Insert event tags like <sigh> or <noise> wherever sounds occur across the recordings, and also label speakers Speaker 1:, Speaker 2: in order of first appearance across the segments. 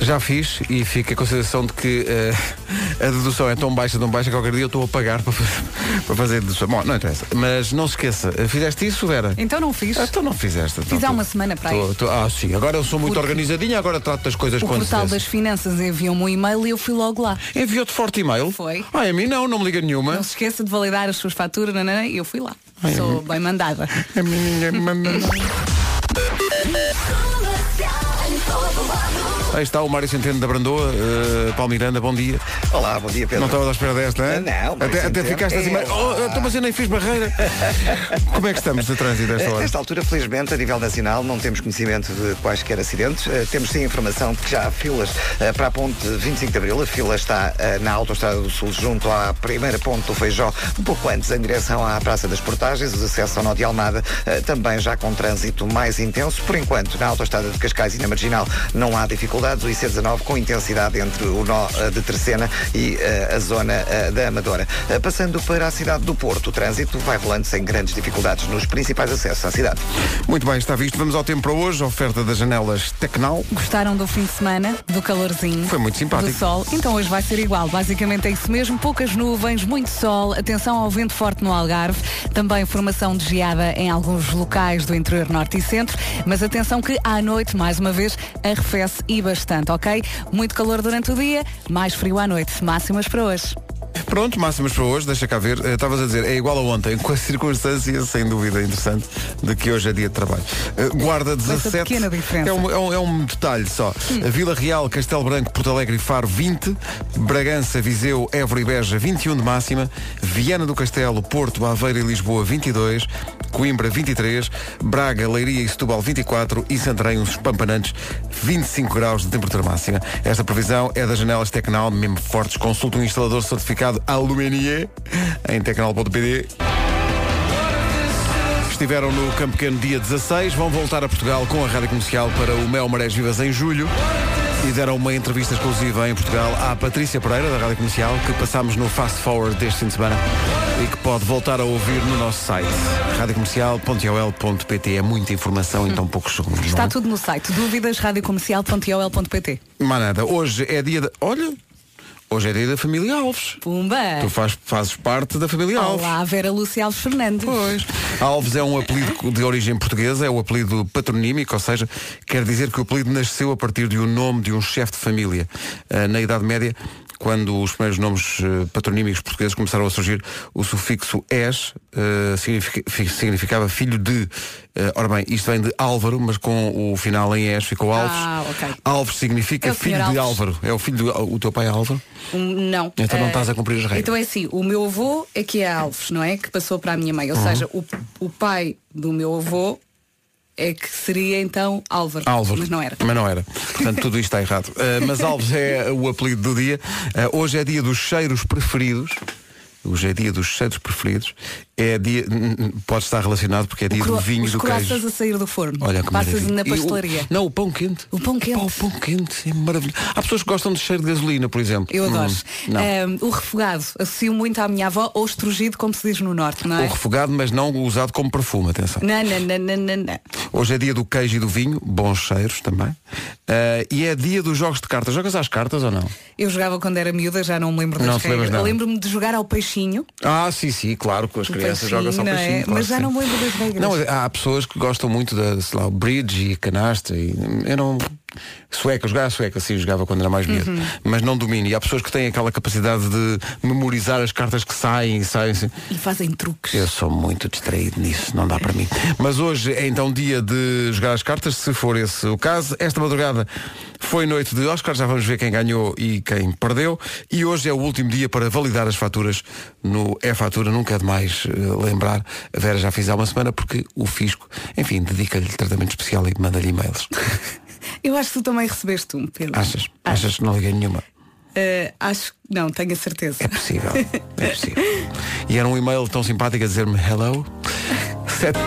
Speaker 1: Já fiz e fica a consideração de que eh, a dedução é tão baixa, tão baixa, que qualquer dia eu estou a pagar para, fazer- <laughs> para fazer a dedução. Bom, não interessa. Mas não se esqueça, eh, fizeste isso, Vera?
Speaker 2: Então não fiz.
Speaker 1: Ah, então não fizeste. Então,
Speaker 2: Fiz há
Speaker 1: tu-
Speaker 2: uma semana para aí.
Speaker 1: tu- tu- Ah, sim. Agora eu sou muito
Speaker 2: Porque
Speaker 1: organizadinha, agora trato das coisas
Speaker 2: O
Speaker 1: com
Speaker 2: portal
Speaker 1: antecedência.
Speaker 2: das finanças enviou-me um e-mail e eu fui logo lá.
Speaker 1: Enviou-te forte e-mail?
Speaker 2: Foi.
Speaker 1: Ah, a mim não, não me liga nenhuma.
Speaker 2: Não se esqueça de validar as suas faturas, nanana, e eu fui lá.
Speaker 1: Ai,
Speaker 2: Sou bem mandada.
Speaker 1: É A mim ninguém me manda nada.
Speaker 2: <laughs>
Speaker 1: Aí está o Mário Centeno da Brandoa, eh, Paulo Miranda, bom dia.
Speaker 3: Olá, bom dia, Pedro.
Speaker 1: Não estavas à espera desta, hein?
Speaker 3: Não, Mário
Speaker 1: até, até
Speaker 3: Centeno.
Speaker 1: ficaste assim,
Speaker 3: É,
Speaker 1: mas, oh,
Speaker 3: olá.
Speaker 1: então, mas eu nem fiz
Speaker 3: <laughs>
Speaker 1: barreira. Como é que estamos de trânsito a esta hora?
Speaker 3: Eh, Nesta altura, felizmente, a nível nacional, não temos conhecimento de quaisquer acidentes. Eh, Temos sim informação de que já há filas eh, para a ponte 25 de Abril. A fila está eh, na Autostrada do Sul, junto à primeira ponte do Feijó, um pouco antes, em direção à Praça das Portagens. Os acessos ao Nó de Almada eh, também já com trânsito mais intenso. Por enquanto, na Autostrada de Cascais e na Marginal, não há dificuldades. O IC19 com intensidade entre o Nó eh, de Tercena e eh, a zona eh, da Amadora. Eh, Passando para a cidade do Porto, o trânsito vai rolando sem grandes dificuldades nos principais acessos à cidade.
Speaker 1: Muito bem, está visto. Vamos ao tempo para hoje. Oferta das janelas Tecnal.
Speaker 2: Gostaram do fim de semana, do calorzinho?
Speaker 1: Foi muito simpático.
Speaker 2: Do sol? Então hoje vai ser igual. Basicamente é isso mesmo. Poucas nuvens, muito sol, atenção ao vento forte no Algarve. Também formação de geada em alguns locais do interior norte e centro. Mas atenção que à noite, mais uma vez, arrefece e bastante, ok? Muito calor durante o dia, mais frio à noite. Máximas para hoje.
Speaker 1: Pronto, máximas para hoje, deixa cá ver. Eh, Estavas a dizer, é igual a ontem, <laughs> com a circunstância, sem dúvida, interessante, de que hoje é dia de trabalho. Eh, Guarda 17.
Speaker 2: pequena diferença.
Speaker 1: É um, é um- é um detalhe só. Vila Real, Castelo Branco, Porto Alegre e Faro, 20. Bragança, Viseu, Évora e Beja, 21 de máxima. Viana do Castelo, Porto, Aveiro e Lisboa, 22. Coimbra, 23. Braga, Leiria e Setúbal, 24. E Santarém, uns espampanantes, 25 graus de temperatura máxima. Esta previsão é das janelas Tecnal, mesmo fortes. Consulte um instalador certificado Aluminier em tecnal.pd Estiveram no Campo Pequeno dia 16, vão voltar a Portugal com a Rádio Comercial para o Mel Marés Vivas em julho e deram uma entrevista exclusiva em Portugal à Patrícia Pereira, da Rádio Comercial, que passámos no Fast Forward deste fim de semana e que pode voltar a ouvir no nosso site radiocomercial.ol.pt É muita informação em tão poucos segundos.
Speaker 2: Está
Speaker 1: não é?
Speaker 2: tudo no site dúvidasradiocomercial.ol.pt
Speaker 1: Mas nada, hoje é dia da... Olha, hoje é dia da família Alves.
Speaker 2: Pumba!
Speaker 1: Tu faz- fazes parte da família Alves.
Speaker 2: É. Olá, Vera Lúcia Alves Fernandes.
Speaker 1: Pois. Alves é um apelido de origem portuguesa, é o apelido patronímico, ou seja, quer dizer que o apelido nasceu a partir de um nome de um chefe de família. Ah, na Idade Média, quando os primeiros nomes eh, patronímicos portugueses começaram a surgir, o sufixo es eh, significa- fi- significava filho de. Eh, ora bem, isto vem de Álvaro, mas com o final em es ficou Alves.
Speaker 2: Ah, ok.
Speaker 1: Alves significa
Speaker 2: É o
Speaker 1: filho
Speaker 2: senhor
Speaker 1: de
Speaker 2: Alves.
Speaker 1: Álvaro. É o filho do. O teu pai é Álvaro?
Speaker 2: Um, Não.
Speaker 1: Então não
Speaker 2: Eh,
Speaker 1: estás a cumprir as regras.
Speaker 2: Então é assim, o meu avô é que é Alves, não é? Que passou para a minha mãe. Ou
Speaker 1: Uhum.
Speaker 2: seja, o, o pai do meu avô é que seria então Álvaro.
Speaker 1: Álvaro.
Speaker 2: Mas não era.
Speaker 1: Mas não era. Portanto, tudo isto está errado.
Speaker 2: <laughs>
Speaker 1: Uh, mas Alves é o apelido do dia. Uh, hoje é dia dos cheiros preferidos. Hoje é dia dos cheiros preferidos. É dia. n- n- Pode estar relacionado porque é dia do
Speaker 2: Cro-
Speaker 1: vinho e
Speaker 2: Os
Speaker 1: do
Speaker 2: croissants
Speaker 1: queijo.
Speaker 2: a sair do forno.
Speaker 1: Olha que
Speaker 2: Passas
Speaker 1: maravilha.
Speaker 2: na
Speaker 1: E o-
Speaker 2: pastelaria.
Speaker 1: não, o pão quente.
Speaker 2: O pão quente.
Speaker 1: Pá, o pão quente é maravilhoso. Há pessoas que gostam de cheiro de gasolina, por exemplo.
Speaker 2: Eu adoro.
Speaker 1: Hum, não.
Speaker 2: Eh, o refogado. Associo muito à minha avó ou estrugido, como se diz no norte, não é?
Speaker 1: O refogado, mas não usado como perfume, atenção.
Speaker 2: Não, não, não, não, não, não.
Speaker 1: Hoje é dia do queijo e do vinho, bons cheiros também. Uh, e é dia dos jogos de cartas. Jogas às cartas ou não?
Speaker 2: Eu jogava quando era miúda, já não me lembro das
Speaker 1: Não te lembras
Speaker 2: regras.
Speaker 1: nada.
Speaker 2: Lembro-me de jogar ao peixinho.
Speaker 1: Ah, sim, sim, claro, com as
Speaker 2: O
Speaker 1: crianças
Speaker 2: peixinho,
Speaker 1: jogam só
Speaker 2: não é?
Speaker 1: peixinho. claro
Speaker 2: Mas já
Speaker 1: que
Speaker 2: não
Speaker 1: sim.
Speaker 2: me lembro das regras.
Speaker 1: Não, há pessoas que gostam muito da, sei lá, o bridge e canasta e eu não sueca, eu jogava a sueca, sim, jogava quando era mais miúdo,
Speaker 2: Uhum.
Speaker 1: mas não domino. E há pessoas que têm aquela capacidade de memorizar as cartas que saem e saem assim.
Speaker 2: E fazem truques.
Speaker 1: Eu sou muito distraído nisso, não dá para mim. Mas hoje é então dia de jogar as cartas, se for esse o caso. Esta madrugada foi noite de Oscar, já vamos ver quem ganhou e quem perdeu. E hoje é o último dia para validar as faturas no E-Fatura. Nunca é demais eh, lembrar. A Vera já fiz há uma semana porque o fisco, enfim, dedica-lhe tratamento especial e manda-lhe e-mails.
Speaker 2: Eu acho que tu também recebeste um, Pedro.
Speaker 1: Achas? Achas que não liguei nenhuma?
Speaker 2: Eh, acho que não, tenho a certeza.
Speaker 1: É possível, é possível. E era um e-mail tão simpático a dizer-me hello. Sete-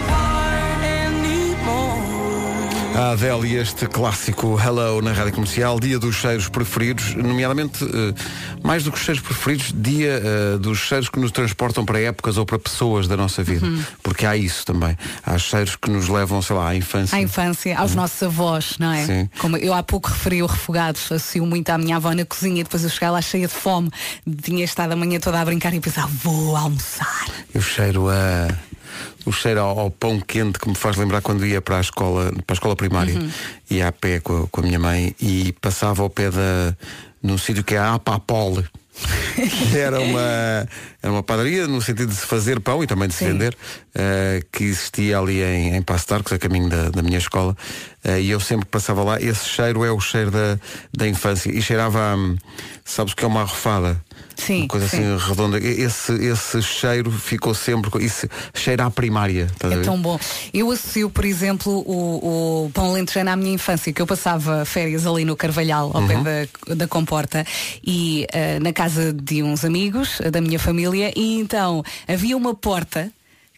Speaker 1: A Adele e este clássico Hello na Rádio Comercial, dia dos cheiros preferidos, nomeadamente, eh, mais do que os cheiros preferidos, dia eh, dos cheiros que nos transportam para épocas ou para pessoas da nossa vida.
Speaker 2: Uhum.
Speaker 1: Porque há isso também. Há cheiros que nos levam, sei lá, à infância.
Speaker 2: À infância, aos nossos avós, não é?
Speaker 1: Uhum. Sim.
Speaker 2: Como eu há pouco referi o refogado, associo muito à minha avó na cozinha, depois eu chegava lá cheia de fome, tinha estado a manhã toda a brincar e pensava, vou almoçar.
Speaker 1: E o cheiro a. O cheiro ao, ao pão quente que me faz lembrar quando ia para a escola, para a escola primária,
Speaker 2: Uhum.
Speaker 1: ia a pé com a, com a minha mãe e passava ao pé da. num sítio que é a
Speaker 2: <laughs>
Speaker 1: Apapole. que era uma, era uma padaria no sentido de se fazer pão e também de se
Speaker 2: Sim.
Speaker 1: vender, eh, que existia ali em, em Passo de Arcos, a caminho da, da minha escola. Eh, e eu sempre passava lá, esse cheiro é o cheiro da, da infância. E cheirava, a, hum, sabes o que é uma arrofada?
Speaker 2: Sim,
Speaker 1: Uma coisa
Speaker 2: sim.
Speaker 1: assim redonda. E- Esse, esse cheiro ficou sempre. co- Isso cheira à primária. estás a
Speaker 2: É
Speaker 1: ver?
Speaker 2: tão bom. Eu associo, por exemplo, o, o pão lentejano à minha infância, que eu passava férias ali no Carvalhal, ao
Speaker 1: Uhum.
Speaker 2: pé da, da Comporta, e eh, na casa de uns amigos eh, da minha família, e então havia uma porta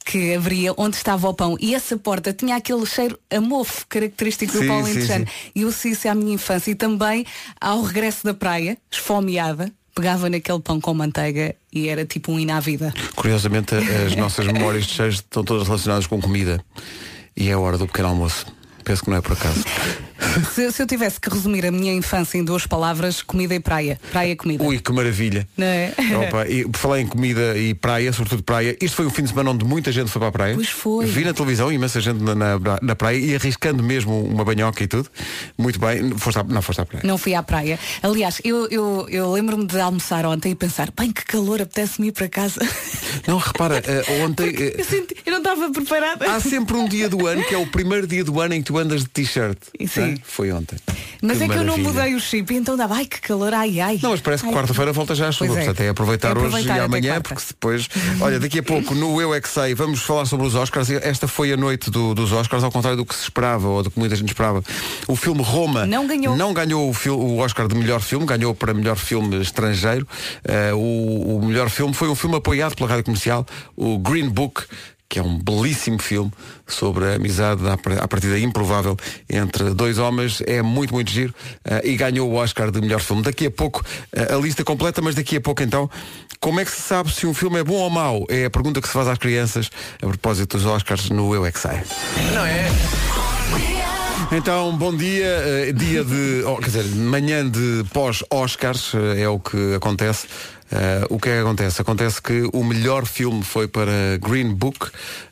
Speaker 2: que abria onde estava o pão e essa porta tinha aquele cheiro a mofo característico do
Speaker 1: Sim,
Speaker 2: pão
Speaker 1: sim,
Speaker 2: lentejano e eu associo isso à minha infância e também ao regresso da praia esfomeada pegava naquele pão com manteiga e era tipo um hino à vida
Speaker 1: Curiosamente, a-
Speaker 2: <laughs>
Speaker 1: as nossas memórias de cheiros estão todas relacionadas com comida. E é a hora do pequeno almoço. Penso que não é por
Speaker 2: <laughs>
Speaker 1: acaso.
Speaker 2: Se, se eu tivesse que resumir a minha infância em duas palavras, comida e praia. Praia e comida.
Speaker 1: Ui, que maravilha.
Speaker 2: Não é? <laughs>
Speaker 1: Opa, e por falar em comida e praia, sobretudo praia, isto foi um fim de semana onde muita gente foi para a praia.
Speaker 2: Pois foi.
Speaker 1: Vi na televisão imensa gente na, na, na praia e arriscando mesmo uma banhoca e tudo. Muito bem. Foste à- não foste à praia.
Speaker 2: Não fui à praia. Aliás, eu, eu, eu lembro-me de almoçar ontem e pensar, bem que calor, apetece-me ir
Speaker 1: <laughs>
Speaker 2: para casa.
Speaker 1: Não, repara, eh, ontem. eh,
Speaker 2: Eu, senti- eu não estava preparada.
Speaker 1: Há sempre um dia do ano que é o primeiro dia do ano em que tu andas de t-shirt.
Speaker 2: Sim.
Speaker 1: não é? Foi ontem.
Speaker 2: mas é que eu não
Speaker 1: maravilha.
Speaker 2: mudei o chip, então dava, ai que calor, ai ai.
Speaker 1: Não, mas parece que
Speaker 2: Ai.
Speaker 1: quarta-feira volta já a chuva,
Speaker 2: Pois é.
Speaker 1: portanto é aproveitar,
Speaker 2: É aproveitar
Speaker 1: hoje e
Speaker 2: até
Speaker 1: amanhã,
Speaker 2: quarta.
Speaker 1: porque depois. Olha, daqui a pouco no Eu É Que Sei vamos falar sobre os Oscars. Esta foi a noite do- dos Oscars, ao contrário do que se esperava ou do que muita gente esperava. O filme Roma
Speaker 2: Não ganhou.
Speaker 1: não ganhou o, fil- o Oscar de melhor filme, ganhou para melhor filme estrangeiro. Eh, o, o melhor filme foi um filme apoiado pela rádio comercial, o Green Book. Que é um belíssimo filme sobre a amizade à par- à partida improvável entre dois homens. É muito, muito giro. eh, e ganhou o Oscar de melhor filme. Daqui a pouco eh, a lista completa, mas daqui a pouco então. Como é que se sabe se um filme é bom ou mau? É a pergunta que se faz às crianças a propósito dos Oscars no Eu É Que Sei. Então, bom dia, eh, dia de, oh, quer dizer, manhã de pós-Oscars, eh, é o que acontece. Eh, o que é que acontece? Acontece que o melhor filme foi para Green Book,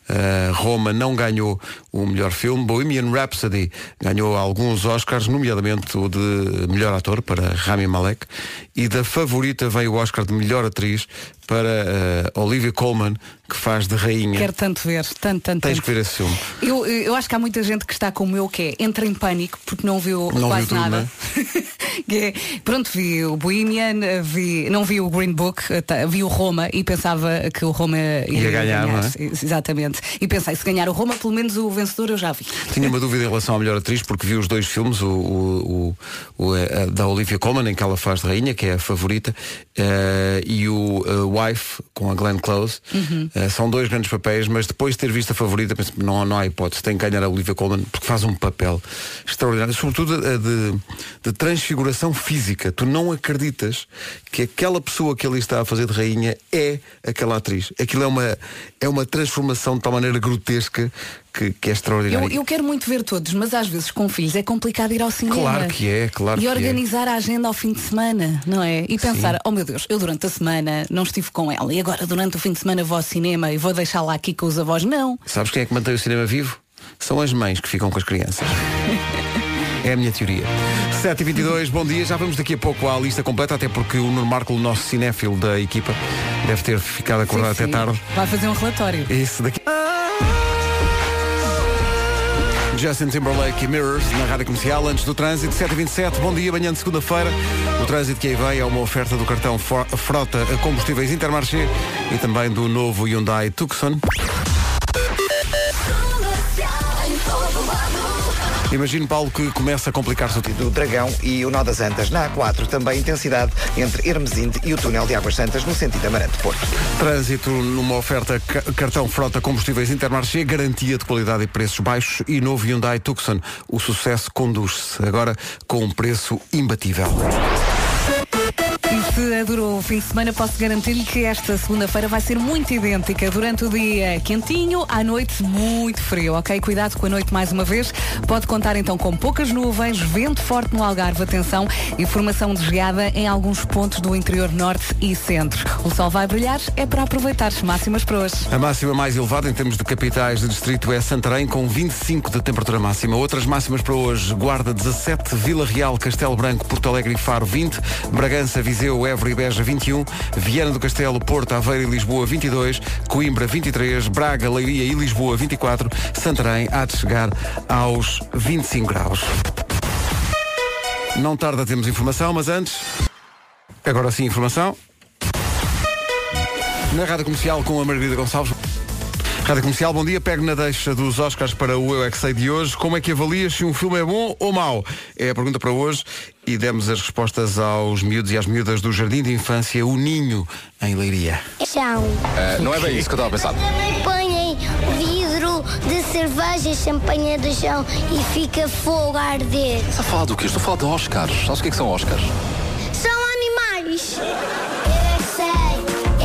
Speaker 1: Eh, Roma não ganhou o melhor filme, Bohemian Rhapsody ganhou alguns Oscars, nomeadamente o de melhor ator para Rami Malek, e da favorita veio o Oscar de melhor atriz para eh, Olivia Colman, que faz de rainha.
Speaker 2: Quero tanto ver, tanto, tanto,
Speaker 1: Tens
Speaker 2: tanto.
Speaker 1: que ver esse filme.
Speaker 2: Eu, eu acho que há muita gente que está como eu, que é, entra em pânico porque não viu
Speaker 1: Não
Speaker 2: quase
Speaker 1: viu tudo,
Speaker 2: nada.
Speaker 1: né?
Speaker 2: <laughs> Que é, pronto, vi o Bohemian, vi, não vi o Green Book, eh, tá, vi o Roma e pensava que o Roma ia,
Speaker 1: Ia ganhar, não é?
Speaker 2: Ex- Exatamente. E pensei, se ganhar o Roma, pelo menos o vencedor eu já vi.
Speaker 1: Tinha uma dúvida em relação à melhor atriz, porque vi os dois filmes, o, o- o- o, eh, a da Olivia Colman, em que ela faz de rainha, que é a favorita, eh, e o eh, Wife, com a Glenn Close.
Speaker 2: Uhum.
Speaker 1: Eh, são dois grandes papéis, mas depois de ter visto a favorita, penso, não, não há hipótese, tem que ganhar a Olivia Colman, porque faz um papel extraordinário, sobretudo a de, de transfiguração física. Tu não acreditas que aquela pessoa que ali está a fazer de rainha é aquela atriz. Aquilo é uma, é uma transformação de tal maneira grotesca que, que é extraordinária.
Speaker 2: Eu, eu quero muito ver todos, mas às vezes com filhos é complicado ir ao cinema.
Speaker 1: Claro que é, claro que
Speaker 2: E
Speaker 1: é.
Speaker 2: organizar a agenda ao fim de semana, não é? E pensar, oh meu Deus, eu durante a semana não estive com ela e agora durante o fim de semana vou ao cinema e vou deixá-la aqui com os avós. Não.
Speaker 1: Sabes quem é que mantém o cinema vivo? São as mães que ficam com as
Speaker 2: <laughs>
Speaker 1: crianças. É a minha teoria. 7h22, bom dia. Já vamos daqui a pouco à lista completa, até porque o Nuno Marco, o nosso cinéfilo da equipa, deve ter ficado acordado
Speaker 2: Sim,
Speaker 1: até
Speaker 2: sim.
Speaker 1: tarde.
Speaker 2: Vai fazer um relatório.
Speaker 1: Isso daqui. Justin Timberlake e Mirrors na rádio comercial antes do trânsito 727. Bom dia, manhã de segunda-feira. O trânsito que aí vem é uma oferta do cartão For- Frota a Combustíveis Intermarché e também do novo Hyundai Tucson. Imagino, Paulo, que começa a complicar-se o tempo.
Speaker 3: do Dragão e o Nó das Antas. Na A4 também intensidade entre Hermesinde e o túnel de Águas Santas no sentido Amarante-Porto.
Speaker 1: Trânsito numa oferta ca- cartão frota combustíveis Intermarché, garantia de qualidade e preços baixos e novo Hyundai Tucson. O sucesso conduz-se agora com um preço imbatível.
Speaker 2: E se adorou o fim de semana, posso garantir-lhe que esta segunda-feira vai ser muito idêntica. Durante o dia quentinho, à noite muito frio, ok? Cuidado com a noite mais uma vez. Pode contar então com poucas nuvens, vento forte no Algarve, atenção, e formação de geada em alguns pontos do interior norte e centro. O sol vai brilhar, é para aproveitar as máximas para hoje.
Speaker 1: A máxima mais elevada em termos de capitais de distrito é Santarém, com 25 de temperatura máxima. Outras máximas para hoje, Guarda 17, Vila Real, Castelo Branco, Porto Alegre e Faro 20, Bragança, Viseu, Évora e Beja 21, Viana do Castelo, Porto, Aveiro e Lisboa 22, Coimbra 23, Braga, Leiria e Lisboa 24, Santarém há de chegar aos 25 graus. Não tarda temos informação, mas antes... Agora sim, informação. Na Rádio Comercial com a Margarida Gonçalves. Rádio Comercial, bom dia. Pego na deixa dos Oscars para o Eu é Que Sei de hoje. Como é que avalias se um filme é bom ou mau? É a pergunta para hoje e demos as respostas aos miúdos e às miúdas do Jardim de Infância O Ninho, em Leiria.
Speaker 4: São.
Speaker 5: Ah, não é bem isso que eu estava a pensar.
Speaker 4: Põem vidro de cerveja e champanhe do chão e fica fogo a arder.
Speaker 5: Estás a falar do quê? Estou a falar de Oscars. Sabes o que é que são Oscars?
Speaker 4: São animais. Eu é que sei,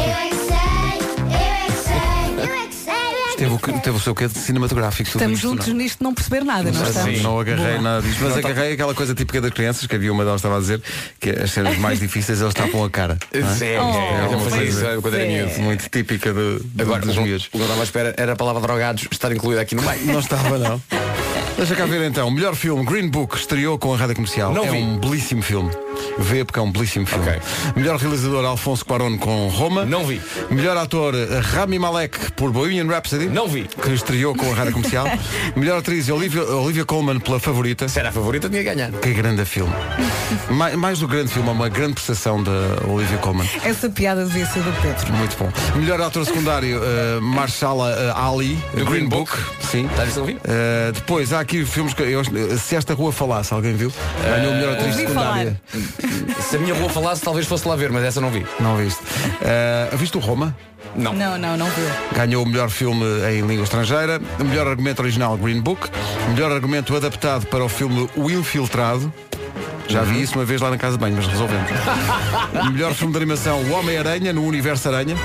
Speaker 4: eu é que sei, eu é que sei, eu é que sei. eu é que
Speaker 1: Teve o, que-
Speaker 4: sei.
Speaker 1: teve o seu quê de cinematográfico? tudo
Speaker 2: Estamos
Speaker 1: isto,
Speaker 2: juntos
Speaker 1: não?
Speaker 2: nisto, não perceber nada, não
Speaker 1: Não,
Speaker 2: estamos?
Speaker 1: não agarrei
Speaker 2: Boa.
Speaker 1: nada disso, mas agarrei aquela coisa típica das crianças, que havia uma delas que estava a dizer, que as cenas mais difíceis eles tapam a cara. não é?
Speaker 5: Zé,
Speaker 2: Oh,
Speaker 1: é
Speaker 5: eu
Speaker 1: uma
Speaker 5: fazia isso
Speaker 1: coisa
Speaker 5: quando era miúdo.
Speaker 1: muito típica do, do,
Speaker 5: Agora,
Speaker 1: dos
Speaker 5: o que eu
Speaker 1: miúdos.
Speaker 5: estava à espera era a palavra drogados estar incluída aqui no meio.
Speaker 1: Não estava, não. Deixa cá ver então. O melhor filme, Green Book, estreou com a rádio comercial.
Speaker 5: Não
Speaker 1: é
Speaker 5: vi.
Speaker 1: um belíssimo filme. Vê porque é um belíssimo filme.
Speaker 5: Ok.
Speaker 1: Melhor realizador, Alfonso Cuarón com Roma.
Speaker 5: Não vi.
Speaker 1: Melhor ator, Rami Malek por Bohemian Rhapsody.
Speaker 5: Não vi.
Speaker 1: Que estreou com a rádio comercial.
Speaker 5: <laughs>
Speaker 1: melhor atriz, Olivia, Olivia Colman pela favorita.
Speaker 5: Se era a favorita, tinha ganhado.
Speaker 1: Que grande filme. mais, mais do grande filme, é uma grande prestação da Olivia Colman.
Speaker 2: Essa piada devia ser do Pedro.
Speaker 1: Muito bom. Melhor ator secundário, eh, Marshala eh, Ali,
Speaker 5: Do Green Book.
Speaker 1: Sim.
Speaker 5: Estás a ouvir?
Speaker 1: Eh, depois, há aqui filmes que. eu acho- se esta rua falasse, alguém viu? Ganhou melhor atriz
Speaker 2: ouvi
Speaker 1: secundária.
Speaker 5: Se a minha rua falasse, talvez fosse lá ver, mas essa não vi.
Speaker 1: Não viste. Eh, viste o Roma?
Speaker 5: Não.
Speaker 2: Não, não, não viu.
Speaker 1: Ganhou o melhor filme em língua estrangeira, o melhor argumento original Green Book, o melhor argumento adaptado para o filme O Infiltrado. Já vi isso uma vez lá na casa de banho, mas resolvemos. o melhor filme de animação O Homem-Aranha no Universo Aranha.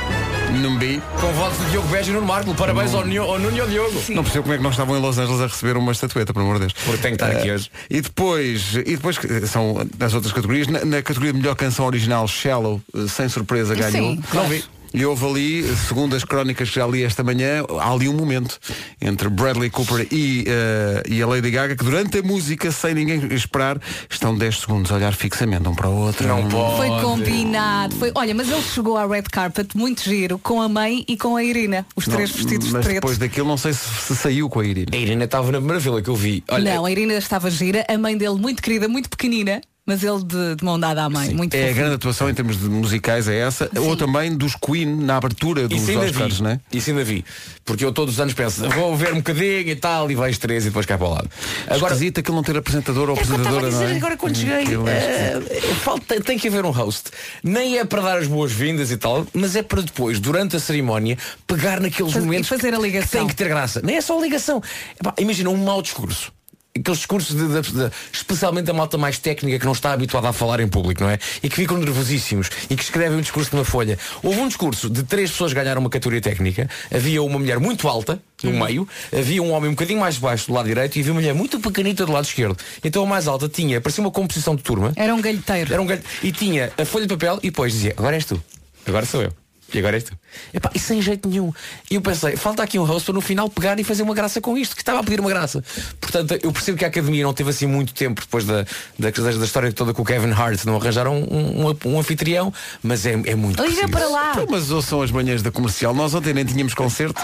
Speaker 1: Não vi.
Speaker 5: Com votos de Diogo Beja e Nuno Marco. Parabéns ao, Nio, ao Nuno e ao Diogo.
Speaker 1: Não percebo como é que nós estavam em Los Angeles a receber uma estatueta, pelo amor de Deus. Ah,
Speaker 5: Porque tenho que estar aqui hoje.
Speaker 1: E depois, e depois que eh, são nas outras categorias, na, na categoria de melhor canção original, Shallow, eh, sem surpresa, ganhou.
Speaker 2: Sim,
Speaker 5: Não vi.
Speaker 1: E houve ali, segundo as crónicas que já li esta manhã, há ali um momento entre Bradley Cooper e, eh, e a Lady Gaga que durante a música, sem ninguém esperar, estão 10 segundos a olhar fixamente um para o outro.
Speaker 5: Não pode.
Speaker 1: Oh,
Speaker 2: Foi combinado. Foi... Olha, mas ele chegou à red carpet muito giro com a mãe e com a Irina, os
Speaker 1: Não,
Speaker 2: três vestidos de
Speaker 1: Mas
Speaker 2: preto.
Speaker 1: depois daquilo não sei se, se saiu com a Irina.
Speaker 5: A Irina estava na maravilha que eu vi. Olha,
Speaker 2: Não, a Irina estava gira, a mãe dele muito querida, muito pequenina, mas ele de, de mão dada à mãe. Muito
Speaker 1: É a
Speaker 2: fofinho.
Speaker 1: grande atuação em termos de musicais é essa, ou também dos Queen na abertura dos
Speaker 5: Isso ainda,
Speaker 1: Oscars,
Speaker 5: vi,
Speaker 1: não é?
Speaker 5: isso ainda vi. Porque eu todos os anos penso, vou ver um bocadinho e tal, e vais três e depois cai para o lado. Agora,
Speaker 1: Esquisito aquilo não ter apresentador ou
Speaker 5: É o que eu estava a
Speaker 1: apresentadora, não
Speaker 5: dizer
Speaker 1: é?
Speaker 5: agora quando cheguei.
Speaker 1: Aquilo é esquisito.
Speaker 5: Eh, falta, tem que haver um host. Nem é para dar as boas-vindas e tal, mas é para depois, durante a cerimónia, pegar naqueles
Speaker 2: Faz- e
Speaker 5: momentos
Speaker 2: fazer
Speaker 5: que,
Speaker 2: a ligação.
Speaker 5: que tem que ter graça. Nem é só ligação. Epá, imagina um mau discurso. Aqueles discursos, de, de- de- especialmente da malta mais técnica que não está habituada a falar em público, não é? E que ficam nervosíssimos e que escrevem um discurso numa folha. Houve um discurso de três pessoas ganharam uma categoria técnica, havia uma mulher muito alta, no meio, havia um homem um bocadinho mais baixo do lado direito e havia uma mulher muito pequenita do lado esquerdo. Então a mais alta tinha, parecia uma composição de turma,
Speaker 2: Era um galheteiro.
Speaker 5: era um galho. E tinha a folha de papel e depois dizia, agora és tu. Agora sou eu. E agora és tu. Epá, e sem jeito nenhum. E eu pensei, falta aqui um host para no final pegar e fazer uma graça com isto, que estava a pedir uma graça. Portanto, eu percebo que a Academia não teve assim muito tempo depois da, da, da história toda com o Kevin Hart, não arranjaram um, um- um anfitrião, mas é, é muito
Speaker 2: Ele ia
Speaker 5: preciso.
Speaker 2: para lá.
Speaker 1: Então, mas ouçam as manhãs da comercial. Nós ontem nem tínhamos
Speaker 2: <laughs>
Speaker 1: concerto.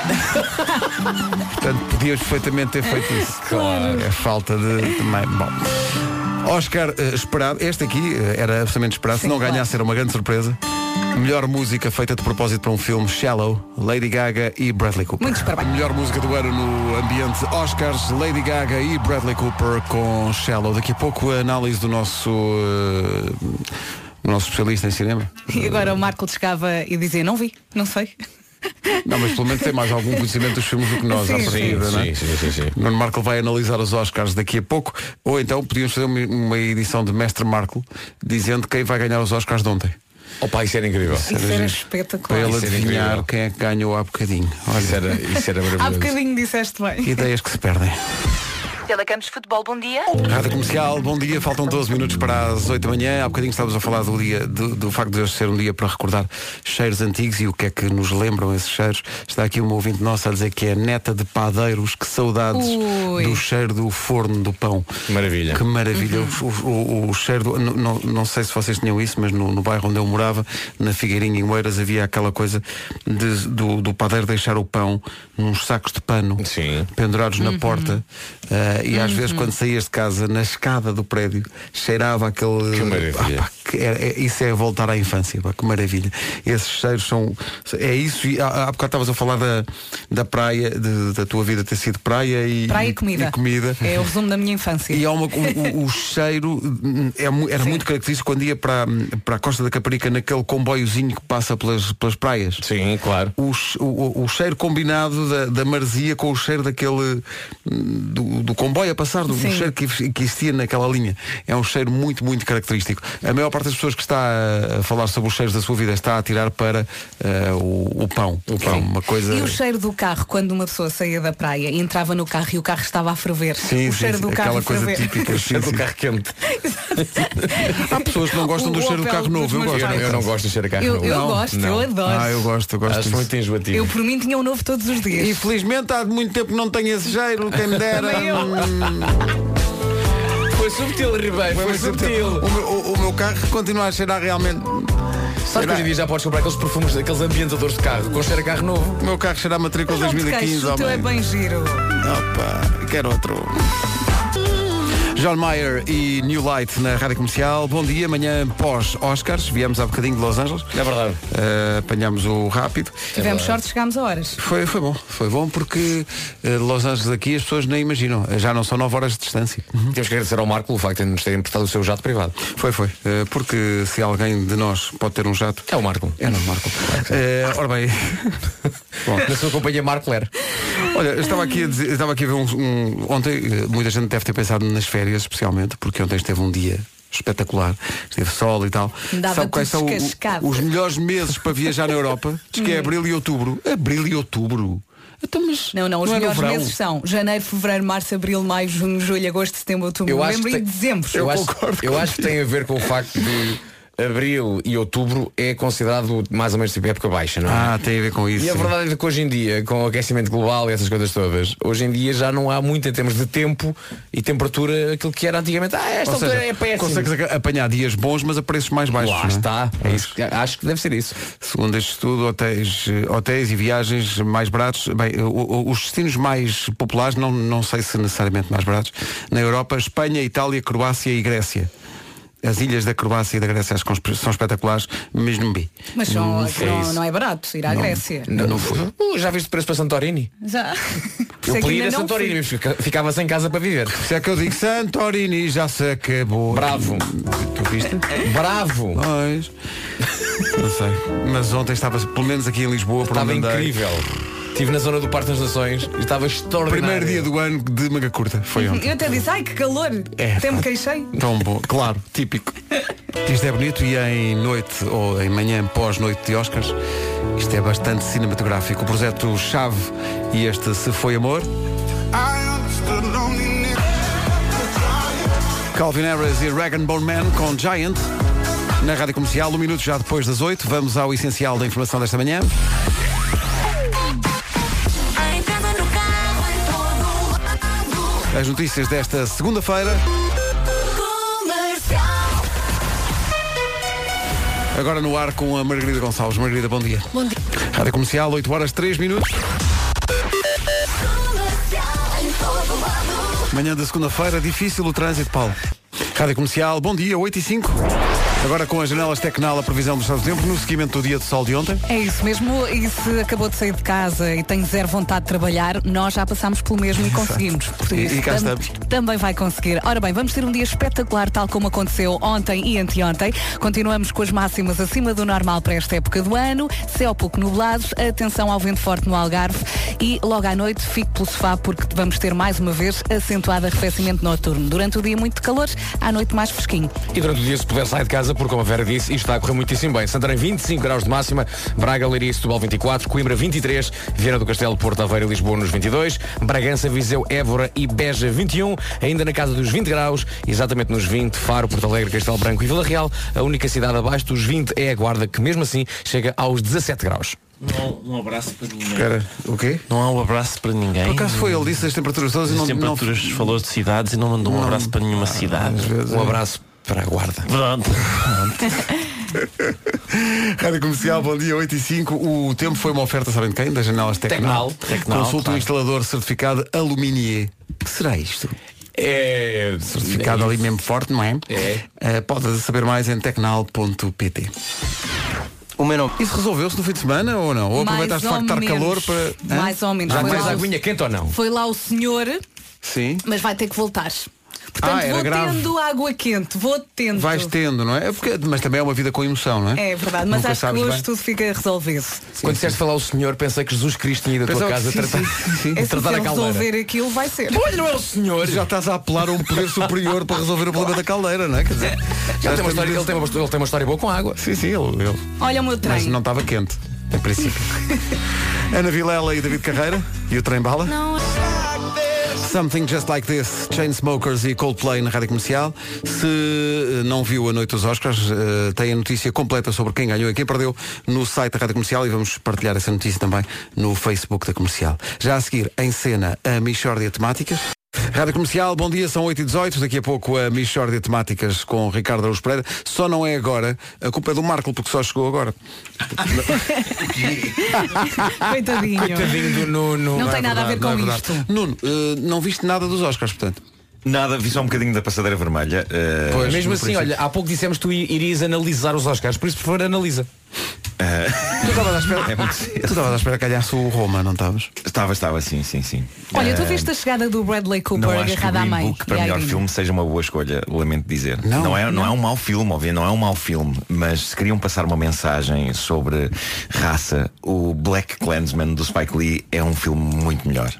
Speaker 1: Portanto, podíamos perfeitamente ter feito
Speaker 2: <laughs>
Speaker 1: isso. Claro. É falta de. também. Bom. Oscar eh, esperado, este aqui eh, era absolutamente esperado, se
Speaker 2: Sim,
Speaker 1: não
Speaker 2: claro.
Speaker 1: ganhasse era uma grande surpresa. Melhor música feita de propósito para um filme Shallow, Lady Gaga e Bradley Cooper.
Speaker 2: Muitos parabéns.
Speaker 1: Melhor música do ano no ambiente Oscars, Lady Gaga e Bradley Cooper com Shallow. Daqui a pouco a análise do nosso eh, nosso especialista em cinema.
Speaker 2: E agora o Marco chegava e dizia, não vi, não sei.
Speaker 1: Não, mas pelo menos tem mais algum conhecimento dos filmes do que nós
Speaker 2: Sim,
Speaker 1: à
Speaker 2: sim.
Speaker 1: partida, não é?
Speaker 5: Sim, sim, sim, sim.
Speaker 1: Nuno Marco vai analisar os Oscars daqui a pouco, ou então podíamos fazer uma- uma edição de Mestre Marco dizendo quem vai ganhar os Oscars de ontem.
Speaker 5: Opa, isso era incrível.
Speaker 2: Isso é era
Speaker 1: Para
Speaker 2: espetacular.
Speaker 1: ele
Speaker 5: Isso era
Speaker 1: adivinhar
Speaker 5: incrível.
Speaker 1: quem é que ganhou há bocadinho. Olha,
Speaker 5: Isso era, isso era
Speaker 2: Há
Speaker 5: maravilhoso.
Speaker 2: bocadinho disseste bem.
Speaker 1: ideias que se perdem.
Speaker 6: Telecampos Futebol, bom dia.
Speaker 1: Rádio Comercial, bom dia, faltam 12 minutos para as 8 da manhã. Há bocadinho estávamos a falar do, dia, do, do facto de hoje ser um dia para recordar cheiros antigos e o que é que nos lembram esses cheiros. Está aqui uma ouvinte nossa a dizer que é neta de padeiros, que saudades
Speaker 2: Ui.
Speaker 1: do cheiro do forno do pão.
Speaker 5: Maravilha.
Speaker 1: Que maravilha. O, o- o cheiro do, não, não, não sei se vocês tinham isso, mas no, no bairro onde eu morava, na Figueirinha em Oeiras, havia aquela coisa de- do, do padeiro deixar o pão nos sacos de pano
Speaker 5: Sim.
Speaker 1: pendurados
Speaker 2: Uhum.
Speaker 1: na porta eh, e às vezes quando saías de casa na escada do prédio cheirava aquele
Speaker 5: Que maravilha.
Speaker 1: Ah, pá, que é- é- isso é voltar à infância pá, que maravilha esses cheiros são é isso e há, há bocado estavas a falar da, da praia de- da tua vida ter sido praia e
Speaker 2: Praia
Speaker 1: e-
Speaker 2: e comida.
Speaker 1: e
Speaker 2: <laughs>
Speaker 1: comida.
Speaker 2: É o resumo da minha infância.
Speaker 1: E há uma, um, o, o- o cheiro hum, é mu- era muito característico quando ia para, hum, para a Costa da Caparica naquele comboiozinho que passa pelas, pelas praias
Speaker 5: Sim, claro.
Speaker 1: o, che- o- o- o cheiro combinado da, da maresia com o cheiro daquele hum, do, do comboio a passar, do, do
Speaker 2: Sim.
Speaker 1: cheiro que, ex- que existia naquela linha. É um cheiro muito, muito característico. A maior parte das pessoas que está a- a falar sobre os cheiros da sua vida está a tirar para eh, o, o pão. O pão, uma coisa.
Speaker 2: E o cheiro do carro, quando uma pessoa saía da praia e entrava no carro e o carro estava a ferver.
Speaker 1: Sim,
Speaker 2: o
Speaker 1: sim,
Speaker 2: cheiro
Speaker 1: sim,
Speaker 2: do carro
Speaker 1: aquela
Speaker 2: a
Speaker 1: coisa
Speaker 2: <laughs> ferver.
Speaker 1: típica. sim,
Speaker 5: Cheiro
Speaker 1: sim.
Speaker 5: do carro quente.
Speaker 1: Há pessoas que não gostam
Speaker 2: O
Speaker 1: do cheiro do
Speaker 2: Opel
Speaker 1: carro novo. Eu
Speaker 2: dos meus
Speaker 1: gosto.
Speaker 2: pais.
Speaker 5: Eu não gosto de cheiro a carro.
Speaker 2: Eu, eu
Speaker 5: Não,
Speaker 2: gosto,
Speaker 5: não.
Speaker 2: eu adoro.
Speaker 1: Ah, eu gosto, eu gosto.
Speaker 5: Acho
Speaker 1: disso.
Speaker 5: muito enjoativo.
Speaker 2: Eu por mim tinha um novo todos os dias.
Speaker 1: Infelizmente há muito tempo que não tenho esse cheiro, quem me hum, dera.
Speaker 2: Também eu.
Speaker 5: Foi subtil, Ribeiro. Foi, subtil.
Speaker 1: O meu, o- o meu carro continua a cheirar realmente.
Speaker 5: Sabe que hoje em dia já podes comprar aqueles perfumes, aqueles ambientadores de carro com cheiro a carro novo?
Speaker 1: O meu carro cheira a matrícula
Speaker 2: Mas não te
Speaker 1: 2015,
Speaker 2: queixes, o teu é
Speaker 1: homem.
Speaker 2: bem giro.
Speaker 1: Opa, quero outro. John Mayer e New Light na Rádio Comercial. Bom dia, amanhã pós-Oscars. Viemos há bocadinho de Los Angeles.
Speaker 5: É verdade.
Speaker 1: Eh, apanhámos o rápido.
Speaker 2: Tivemos sorte, chegámos a horas.
Speaker 1: Foi, foi bom, foi bom porque eh, Los Angeles aqui as pessoas nem imaginam. Já não são 9 horas de distância.
Speaker 5: Hum, Temos que agradecer ao Marco pelo facto de nos terem emprestado o seu jato privado.
Speaker 1: Foi, foi. Eh, porque se alguém de nós pode ter um jato.
Speaker 5: É o Marco.
Speaker 1: É não, Marco. Eh, ora bem. <laughs> Bom,
Speaker 5: Na sua companhia Marco Ler.
Speaker 1: Olha, eu estava aqui a, dizer- eu estava aqui a ver um, um- Ontem eh, muita gente deve ter pensado nas férias, especialmente, porque ontem esteve um dia espetacular, esteve sol e tal.
Speaker 2: Dava
Speaker 1: Sabe quais
Speaker 2: tudo
Speaker 1: são o-
Speaker 2: descascado. Hum.
Speaker 1: os melhores meses para viajar na Europa? Diz que é abril e outubro. Abril e outubro. Então, mas
Speaker 2: Não, não, os
Speaker 1: é no
Speaker 2: melhores
Speaker 1: verão?
Speaker 2: meses são janeiro, fevereiro, março, abril, maio, junho, julho, agosto, setembro, outubro, novembro e
Speaker 5: tem-
Speaker 2: dezembro.
Speaker 5: Eu, acho, eu acho que tem a ver com o facto de abril e outubro é considerado mais ou menos tipo época baixa, não é?
Speaker 1: Ah, tem a ver com isso.
Speaker 5: E a
Speaker 1: sim.
Speaker 5: verdade é que hoje em dia, com o aquecimento global e essas coisas todas, hoje em dia já não há muito em termos de tempo e temperatura aquilo que era antigamente. Ah, esta
Speaker 1: Ou
Speaker 5: altura
Speaker 1: seja,
Speaker 5: é péssima.
Speaker 1: consegues apanhar dias bons, mas a preços mais baixos.
Speaker 5: Lá
Speaker 1: não é?
Speaker 5: está. É isso. que- Acho que deve ser isso.
Speaker 1: Segundo este estudo, hotéis, eh, hotéis e viagens mais baratos, bem, eh, o- o- os destinos mais populares, não, não sei se necessariamente mais baratos, na Europa, Espanha, Itália, Croácia e Grécia. As ilhas da Croácia e da Grécia acho que são espe- são espetaculares, Hum, mas não vi.
Speaker 2: Mas são,
Speaker 1: Não sei
Speaker 2: não,
Speaker 1: isso.
Speaker 2: não é barato ir à Grécia.
Speaker 1: Não, não fui.
Speaker 5: Uh, já viste o preço para Santorini?
Speaker 2: Já. <laughs> Sei
Speaker 5: Eu
Speaker 2: que
Speaker 5: podia ir
Speaker 2: ainda
Speaker 5: a
Speaker 2: não
Speaker 5: Santorini,
Speaker 2: fui.
Speaker 5: mas fica- ficava sem casa para viver.
Speaker 1: Se é que eu digo Santorini, já se acabou.
Speaker 5: Bravo.
Speaker 1: Tu viste?
Speaker 5: Bravo!
Speaker 1: Pois. Não sei. Mas ontem estava, pelo menos aqui em Lisboa, por
Speaker 5: Estava
Speaker 1: onde andei,
Speaker 5: incrível. Estive na zona do Parque das Nações e estava extraordinário.
Speaker 1: Primeiro dia do ano de manga curta. Foi ontem.
Speaker 2: Uhum. Eu até disse, ai que calor,
Speaker 1: É,
Speaker 2: até me
Speaker 1: pá.
Speaker 2: queixei.
Speaker 1: Tão bom, claro, típico. Isto é bonito e em noite ou em manhã pós-noite de Oscars, isto é bastante cinematográfico. O projeto Chave e este Se Foi Amor. Calvin Harris e Rag Bone Man com Giant. Na Rádio Comercial, um minuto já depois das oito. vamos ao essencial da informação desta manhã. As notícias desta segunda-feira. Agora no ar com a Margarida Gonçalves. Margarida, bom dia. Bom dia. Rádio Comercial, 8 horas 3 minutos. Manhã da segunda-feira, difícil o trânsito, Paulo. Rádio Comercial, bom dia, 8 e 5. Agora com as janelas Tecnal, a previsão do estado do tempo no seguimento do dia de sol de ontem.
Speaker 2: É isso mesmo, e se acabou de sair de casa e tem zero vontade de trabalhar, nós já passámos pelo mesmo e conseguimos. Por
Speaker 1: E- e cá
Speaker 2: tam-
Speaker 1: estamos.
Speaker 2: Também vai conseguir. Ora bem, vamos ter um dia espetacular, tal como aconteceu ontem e anteontem. Continuamos com as máximas acima do normal para esta época do ano, céu pouco nublado, atenção ao vento forte no Algarve e logo à noite fique pelo sofá porque vamos ter mais uma vez acentuado arrefecimento noturno. Durante o dia muito calor, à noite mais fresquinho.
Speaker 5: E durante o dia, se puder sair de casa, porque como a Vera disse, isto está a correr muitíssimo bem. Santarém 25 graus de máxima, Braga, Leiria e Setúbal 24, Coimbra 23, Viana do Castelo, Porto Aveiro e Lisboa nos 22, Bragança, Viseu, Évora e Beja 21, ainda na casa dos 20 graus, exatamente nos 20, Faro, Porto Alegre, Castelo Branco e Vila Real. A única cidade abaixo dos 20 é a Guarda, que mesmo assim chega aos 17 graus.
Speaker 7: Não, há um abraço para ninguém.
Speaker 1: Era o quê?
Speaker 7: Não há um abraço para ninguém.
Speaker 1: Por acaso foi ele disse as temperaturas todas e
Speaker 7: As
Speaker 1: não, Ah, não
Speaker 7: temperaturas falou de cidades e não mandou um abraço para nenhuma cidade.
Speaker 1: é.
Speaker 5: Um abraço para a Guarda.
Speaker 1: <laughs>
Speaker 7: Pronto.
Speaker 1: Rádio Comercial, bom dia, 8 e 5. O tempo foi uma oferta, sabem de quem? Das janelas Tecnal.
Speaker 5: Tecnal. Tecnal,
Speaker 1: Consulta um
Speaker 5: claro.
Speaker 1: instalador certificado Aluminier. O que será isto?
Speaker 5: É.
Speaker 1: Certificado ali mesmo forte, não é?
Speaker 5: É.
Speaker 1: Eh, pode saber mais em tecnal.pt.
Speaker 7: O meu nome.
Speaker 1: Isso resolveu-se no fim de semana ou não? Ou aproveitaste de
Speaker 2: Mais
Speaker 1: facto
Speaker 2: ou
Speaker 1: estar
Speaker 2: menos.
Speaker 1: calor para. Hã?
Speaker 2: Mais ou menos.
Speaker 5: Já
Speaker 2: Foi
Speaker 5: mais
Speaker 2: lá o-
Speaker 5: aguinha quente ou não?
Speaker 2: Foi lá o senhor
Speaker 1: Sim.
Speaker 2: mas vai ter que voltar. Portanto,
Speaker 1: Ah, era
Speaker 2: vou
Speaker 1: grave.
Speaker 2: tendo água quente, vou tendo.
Speaker 1: Vais tendo, não é? É porque- mas também é uma vida com emoção, não é?
Speaker 2: É verdade, mas
Speaker 1: Nunca
Speaker 2: acho que
Speaker 1: sabes
Speaker 2: hoje
Speaker 1: bem.
Speaker 2: tudo fica resolvido. É
Speaker 5: Quando disseste falar o senhor, pensei que Jesus Cristo tinha ido à tua
Speaker 1: Pensava que
Speaker 5: casa
Speaker 1: sim,
Speaker 5: tratar,
Speaker 1: sim, sim, sim.
Speaker 2: É se
Speaker 5: <laughs> tratar a
Speaker 2: ele
Speaker 5: caldeira.
Speaker 2: resolver aquilo, vai ser.
Speaker 5: Olha, não é o senhor.
Speaker 1: Já estás a apelar a um poder superior para resolver o problema da caldeira, não é? Quer dizer, já
Speaker 5: Ele tem, uma
Speaker 1: estamos
Speaker 5: história, ele,
Speaker 1: nesse-
Speaker 5: tem uma, ele tem uma história boa com água.
Speaker 1: Sim, sim, ele- ele...
Speaker 2: Olha o meu
Speaker 1: Mas
Speaker 2: trem.
Speaker 1: não estava quente, em princípio. Ana Vilela e David Carreira e o trem bala. Something Just Like This, Chainsmokers e Coldplay na Rádio Comercial. Se eh, não viu a noite dos Oscars, eh, tem a notícia completa sobre quem ganhou e quem perdeu no site da Rádio Comercial e vamos partilhar essa notícia também no Facebook da Comercial. Já a seguir, em cena, a Michórdia Temáticas. Rádio Comercial, bom dia, são 8 e 18 daqui a pouco a Michórdia Temáticas com Ricardo Araújo Pereira. Só não é agora, a culpa é do Marco, porque só chegou agora.
Speaker 2: Coitadinho.
Speaker 5: Tadinho do Nuno.
Speaker 2: Não tem nada a ver
Speaker 1: Não é
Speaker 2: com
Speaker 1: verdade.
Speaker 2: isto.
Speaker 1: Nuno, eh, não viste nada dos Oscars, portanto.
Speaker 8: Nada, vi só um bocadinho da passadeira vermelha. eh,
Speaker 5: Pois, mesmo
Speaker 1: no
Speaker 5: assim,
Speaker 1: princípio.
Speaker 5: olha, há pouco dissemos que tu i- irias analisar os Oscars, por isso, por favor, analisa.
Speaker 1: Tu estavas à espera,
Speaker 8: É muito cedo.
Speaker 1: tu estavas à espera que calhasse o Roma, não estavas?
Speaker 8: Estava, estava, sim, sim, sim.
Speaker 2: Olha,
Speaker 8: Eh,
Speaker 2: tu viste a chegada do Bradley
Speaker 8: não
Speaker 2: Cooper
Speaker 8: acho que o
Speaker 2: agarrada à
Speaker 8: Green
Speaker 2: mãe.
Speaker 8: Book para
Speaker 2: e à
Speaker 8: melhor
Speaker 2: Irene.
Speaker 8: filme seja uma boa escolha, lamento dizer.
Speaker 1: Não,
Speaker 8: é, não, é um mau filme, óbvio, não é um mau filme, mas se queriam passar uma mensagem sobre raça, o Black Clansman do Spike Lee é um filme muito melhor.